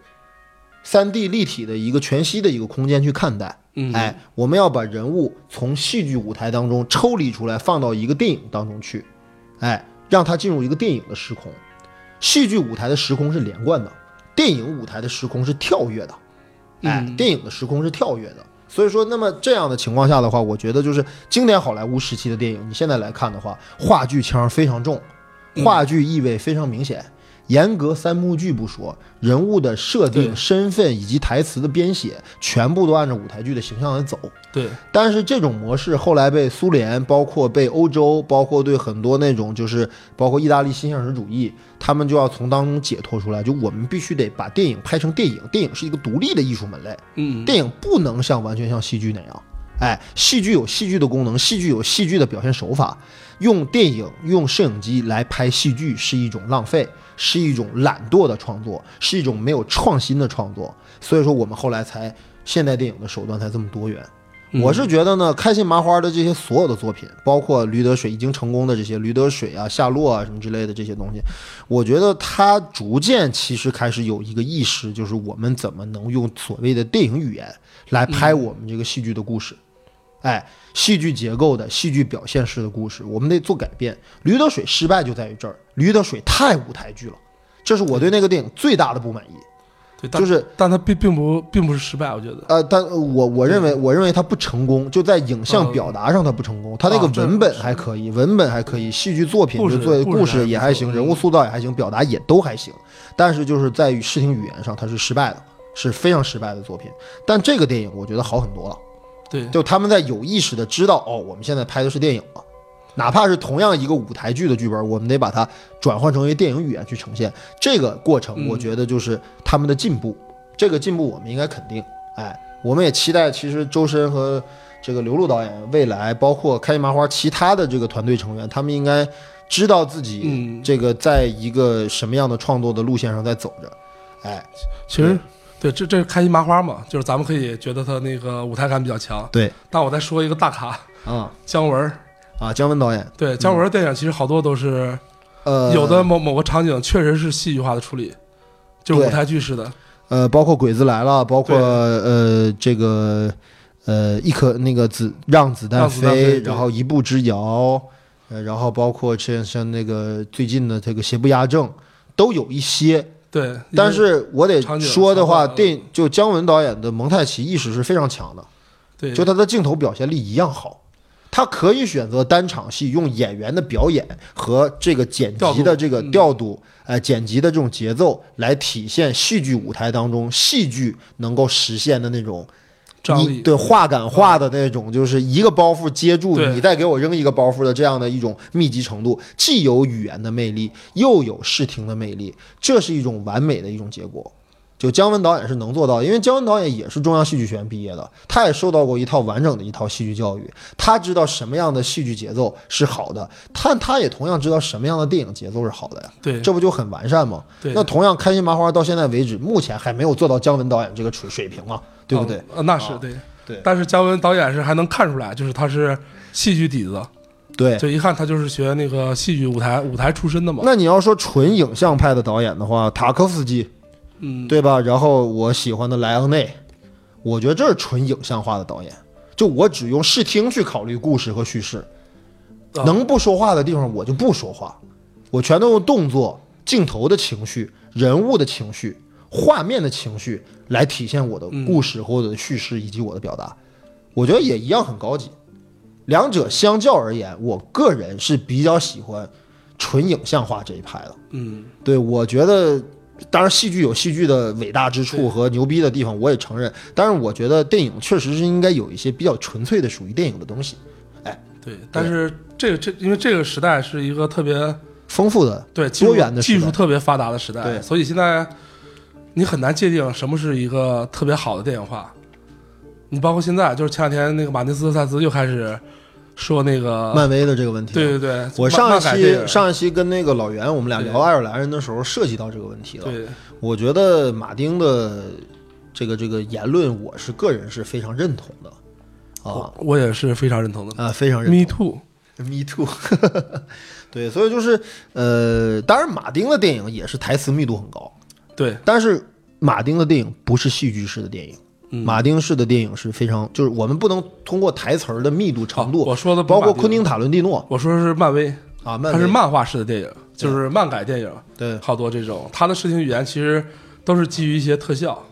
Speaker 1: 三 D 立体的一个全息的一个空间去看待。
Speaker 2: 嗯
Speaker 1: 哎，我们要把人物从戏剧舞台当中抽离出来，放到一个电影当中去，哎，让它进入一个电影的时空。戏剧舞台的时空是连贯的，电影舞台的时空是跳跃的。哎，电影的时空是跳跃的。所以说，那么这样的情况下的话，我觉得就是经典好莱坞时期的电影，你现在来看的话，话剧腔非常重，话剧意味非常明显。严格三幕剧不说，人物的设定、
Speaker 2: 对
Speaker 1: 身份以及台词的编写，全部都按照舞台剧的形象来走。
Speaker 2: 对
Speaker 1: 但是这种模式后来被苏联，包括被欧洲，包括对很多那种就是包括意大利新现实主义，他们就要从当中解脱出来。就我们必须得把电影拍成电影，电影是一个独立的艺术门类，
Speaker 2: 嗯，
Speaker 1: 电影不能像完全像戏剧那样。哎，戏剧有戏剧的功能，戏剧有戏剧的表现手法。用电影、用摄影机来拍戏剧是一种浪费，是一种懒惰的创作，是一种没有创新的创作。所以说，我们后来才现代电影的手段才这么多元。
Speaker 2: 嗯
Speaker 1: 我是觉得呢，开心麻花的这些所有的作品，包括驴得水已经成功的这些驴得水啊、夏洛啊什么之类的这些东西，我觉得它逐渐其实开始有一个意识，就是我们怎么能用所谓的电影语言来拍我们这个戏剧的故事。
Speaker 2: 嗯
Speaker 1: 哎，戏剧结构的戏剧表现式的故事，我们得做改变。驴得水失败就在于这儿，驴得水太舞台剧了，这是我对那个电影最大的不满意。
Speaker 2: 对，但
Speaker 1: 就是
Speaker 2: 但它并并不并不是失败，我觉得。
Speaker 1: 呃，但我我认为，我认为它不成功，就在影像
Speaker 2: 嗯
Speaker 1: 表达上它不成功。它那个
Speaker 2: 啊这
Speaker 1: 文本还可以，文本还可以，戏剧作品
Speaker 2: 故
Speaker 1: 就
Speaker 2: 事
Speaker 1: 做
Speaker 2: 故
Speaker 1: 故
Speaker 2: 事还
Speaker 1: 事
Speaker 2: 不
Speaker 1: 也
Speaker 2: 错嗯
Speaker 1: 还行，人物塑造也还行，表达也都还行。但是就是在于视听语言上，它是失败的，是非常失败的作品。但这个电影我觉得好很多了，
Speaker 2: 对，
Speaker 1: 就他们在有意识的知道，哦，我们现在拍的是电影了。哪怕是同样一个舞台剧的剧本，我们得把它转换成为电影语言去呈现。这个过程，
Speaker 2: 嗯
Speaker 1: 我觉得就是他们的进步。这个进步我们应该肯定。哎，我们也期待，其实周深和这个刘璐导演未来，包括开心麻花其他的这个团队成员，他们应该知道自己
Speaker 2: 嗯
Speaker 1: 这个在一个什么样的创作的路线上在走着。哎，
Speaker 2: 其实对这这是开心麻花嘛，就是咱们可以觉得他那个舞台感比较强。
Speaker 1: 对，
Speaker 2: 但我再说一个大咖，
Speaker 1: 啊、
Speaker 2: 姜文儿。
Speaker 1: 啊，姜文导演，
Speaker 2: 对，姜文儿电影其实好多都是
Speaker 1: 呃，
Speaker 2: 有的某某个场景确实是戏剧化的处理，就是
Speaker 1: 对
Speaker 2: 舞台剧式的。
Speaker 1: 呃，包括《鬼子来了》，包括
Speaker 2: 对
Speaker 1: 呃这个呃一颗那个子让子弹
Speaker 2: 让子弹飞对
Speaker 1: 然后一步之遥，呃，然后包括像像那个最近的这个邪不压正，都有一些。
Speaker 2: 对，
Speaker 1: 但是我得
Speaker 2: 场景
Speaker 1: 说的话，
Speaker 2: 场景
Speaker 1: 电影就姜文导演的蒙太奇意识是非常强的，
Speaker 2: 对
Speaker 1: 就他的镜头表现力一样好。他可以选择单场戏，用演员的表演和这个剪
Speaker 2: 调
Speaker 1: 辑
Speaker 2: 度
Speaker 1: 的这个
Speaker 2: 嗯
Speaker 1: 调度，呃，剪辑的这种节奏来体现戏剧舞台当中戏剧能够实现的那种
Speaker 2: 张
Speaker 1: 你
Speaker 2: 力啊
Speaker 1: 对话感化的那种，就是一个包袱接住
Speaker 2: 对
Speaker 1: 你，再给我扔一个包袱的这样的一种密集程度，既有语言的魅力，又有视听的魅力，这是一种完美的一种结果。就姜文导演是能做到的，因为姜文导演也是中央戏剧学院毕业的，他也受到过一套完整的一套戏剧教育，他知道什么样的戏剧节奏是好的，但他也同样知道什么样的电影节奏是好的呀，
Speaker 2: 对
Speaker 1: 这不就很完善吗？
Speaker 2: 对
Speaker 1: 那同样，开心麻花到现在为止，目前还没有做到姜文导演这个水水平嘛，对不对？
Speaker 2: 嗯呃那是
Speaker 1: 啊
Speaker 2: 对。
Speaker 1: 对
Speaker 2: 但是姜文导演是还能看出来，就是他是戏剧底子，
Speaker 1: 对，
Speaker 2: 就一看他就是学那个戏剧舞台舞台出身的嘛。
Speaker 1: 那你要说纯影像派的导演的话，塔科夫斯基，
Speaker 2: 嗯，
Speaker 1: 对吧？然后我喜欢的莱昂内，我觉得这是纯影像化的导演。就我只用视听去考虑故事和叙事，
Speaker 2: 啊
Speaker 1: 能不说话的地方我就不说话，我全都用动作、镜头的情绪、人物的情绪、画面的情绪来体现我的
Speaker 2: 嗯
Speaker 1: 故事和我的叙事以及我的表达。我觉得也一样很高级。两者相较而言，我个人是比较喜欢纯影像化这一派的。
Speaker 2: 嗯，
Speaker 1: 对，我觉得，当然戏剧有戏剧的伟大之处和牛逼的地方，我也承认。但是我觉得电影确实是应该有一些比较纯粹的属于电影的东西，
Speaker 2: 对。但是这个这因为这个时代是一个特别
Speaker 1: 丰富的。
Speaker 2: 对技术
Speaker 1: 多元的时代
Speaker 2: 技术特别发达的时代，
Speaker 1: 对
Speaker 2: 所以现在你很难界定什么是一个特别好的电影化。你包括现在，就是前两天那个马丁斯科塞斯又开始说那个，
Speaker 1: 漫威的这个问题，
Speaker 2: 啊
Speaker 1: 啊
Speaker 2: 对对对，
Speaker 1: 我
Speaker 2: 漫
Speaker 1: 上一
Speaker 2: 漫改电
Speaker 1: 期
Speaker 2: 影
Speaker 1: 上一期跟那个老袁我们俩
Speaker 2: 对
Speaker 1: 聊爱尔兰人的时候涉及到这个问题了。
Speaker 2: 对
Speaker 1: 我觉得马丁的这个这个言论，我是个人是非常认同的，啊
Speaker 2: 我我也是非常认同的。
Speaker 1: 啊，非常认同。
Speaker 2: 哦 Me too，
Speaker 1: Me too，对，所以就是呃，当然马丁的电影也是台词密度很高，
Speaker 2: 对，
Speaker 1: 但是马丁的电影不是戏剧式的电影，
Speaker 2: 嗯
Speaker 1: 马丁式的电影是非常就是我们不能通过台词儿的密度程度，
Speaker 2: 我说的不
Speaker 1: 包
Speaker 2: 是
Speaker 1: 括
Speaker 2: 马丁
Speaker 1: 昆汀，塔伦蒂诺
Speaker 2: 我说的是漫威，
Speaker 1: 啊，漫
Speaker 2: 它是
Speaker 1: 威
Speaker 2: 漫画式的电影，就是漫改电影，
Speaker 1: 对
Speaker 2: 好多这种，它的视听语言其实都是基于一些特效，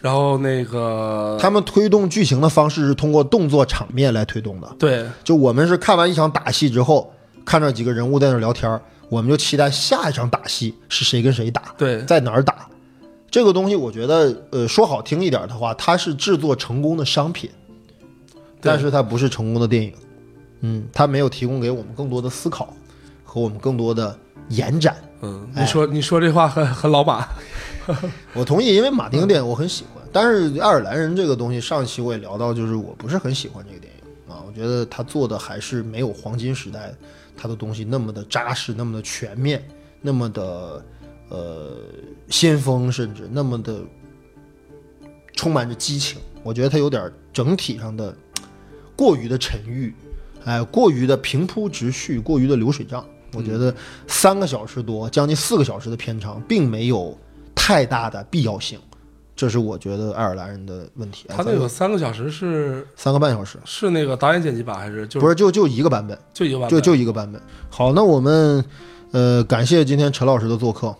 Speaker 2: 然后那个
Speaker 1: 他们推动剧情的方式是通过动作场面来推动的，
Speaker 2: 对
Speaker 1: 就我们是看完一场打戏之后，看着几个人物在那聊天儿，我们就期待下一场打戏是谁跟谁打，
Speaker 2: 对
Speaker 1: 在哪儿打。这个东西，我觉得，呃，说好听一点的话，它是制作成功的商品，但是它不是成功的电影。嗯，它没有提供给我们更多的思考和我们更多的延展。
Speaker 2: 嗯，你说你说这话很很老马，
Speaker 1: 哎我同意，因为马丁的电影我很喜欢，但是爱尔兰人这个东西，上一期我也聊到，就是我不是很喜欢这个电影啊，我觉得他做的还是没有黄金时代他的东西那么的扎实，那么的全面，那么的呃先锋，甚至那么的充满着激情。我觉得他有点整体上的过于的沉郁，哎，过于的平铺直叙，过于的流水账。我觉得三个小时多，将近四个小时的片长，并没有太大的必要性，这是我觉得爱尔兰人的问题。哎
Speaker 2: 他那
Speaker 1: 咱
Speaker 2: 个
Speaker 1: 们
Speaker 2: 三个小时是
Speaker 1: 三个半小时，
Speaker 2: 是那个导演剪辑版还是就
Speaker 1: 不是就就一个版本，
Speaker 2: 就一个版
Speaker 1: 就
Speaker 2: 本？
Speaker 1: 就一个版本。好，那我们呃感谢今天陈老师的做客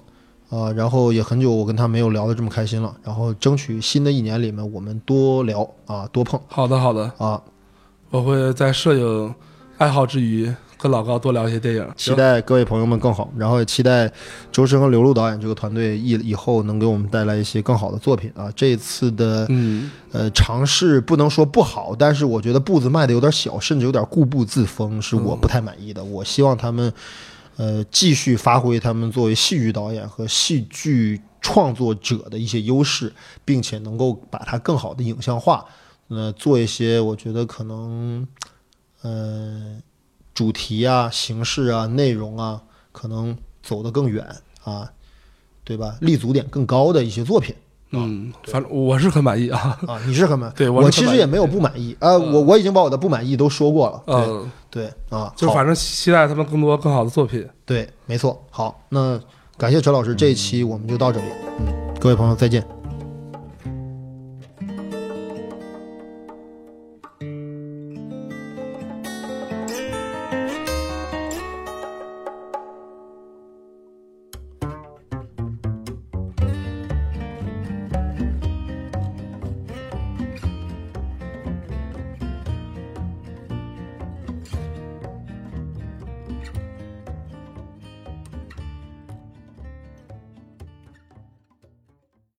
Speaker 1: 啊、然后也很久我跟他没有聊得这么开心了，然后争取新的一年里面我们多聊啊，多碰
Speaker 2: 好的好的，
Speaker 1: 啊，
Speaker 2: 我会在摄影爱好之余跟老高多聊一些电影。
Speaker 1: 期待各位朋友们更好，然后也期待周深和刘璐导演这个团队以以后能给我们带来一些更好的作品啊。这次的
Speaker 2: 嗯，
Speaker 1: 呃尝试不能说不好，但是我觉得步子迈的有点小，甚至有点固步自封，是我不太满意的。我希望他们呃继续发挥他们作为戏剧导演和戏剧创作者的一些优势，并且能够把它更好的影像化，呃，做一些我觉得可能呃主题啊、形式啊、内容啊，可能走得更远啊，对吧？立足点更高的一些作品。
Speaker 2: 嗯，反正我是很满意啊。
Speaker 1: 啊，你是很满，
Speaker 2: 对
Speaker 1: 我
Speaker 2: 我是很
Speaker 1: 其实
Speaker 2: 满
Speaker 1: 也
Speaker 2: 意
Speaker 1: 没有不满意啊，我我已经把我的不满意都说过了，对
Speaker 2: 嗯，
Speaker 1: 对啊，
Speaker 2: 就
Speaker 1: 好
Speaker 2: 反正期待他们更多更好的作品。
Speaker 1: 对，没错，好，那感谢陈老师，这一期我们就到这里，嗯，各位朋友再见，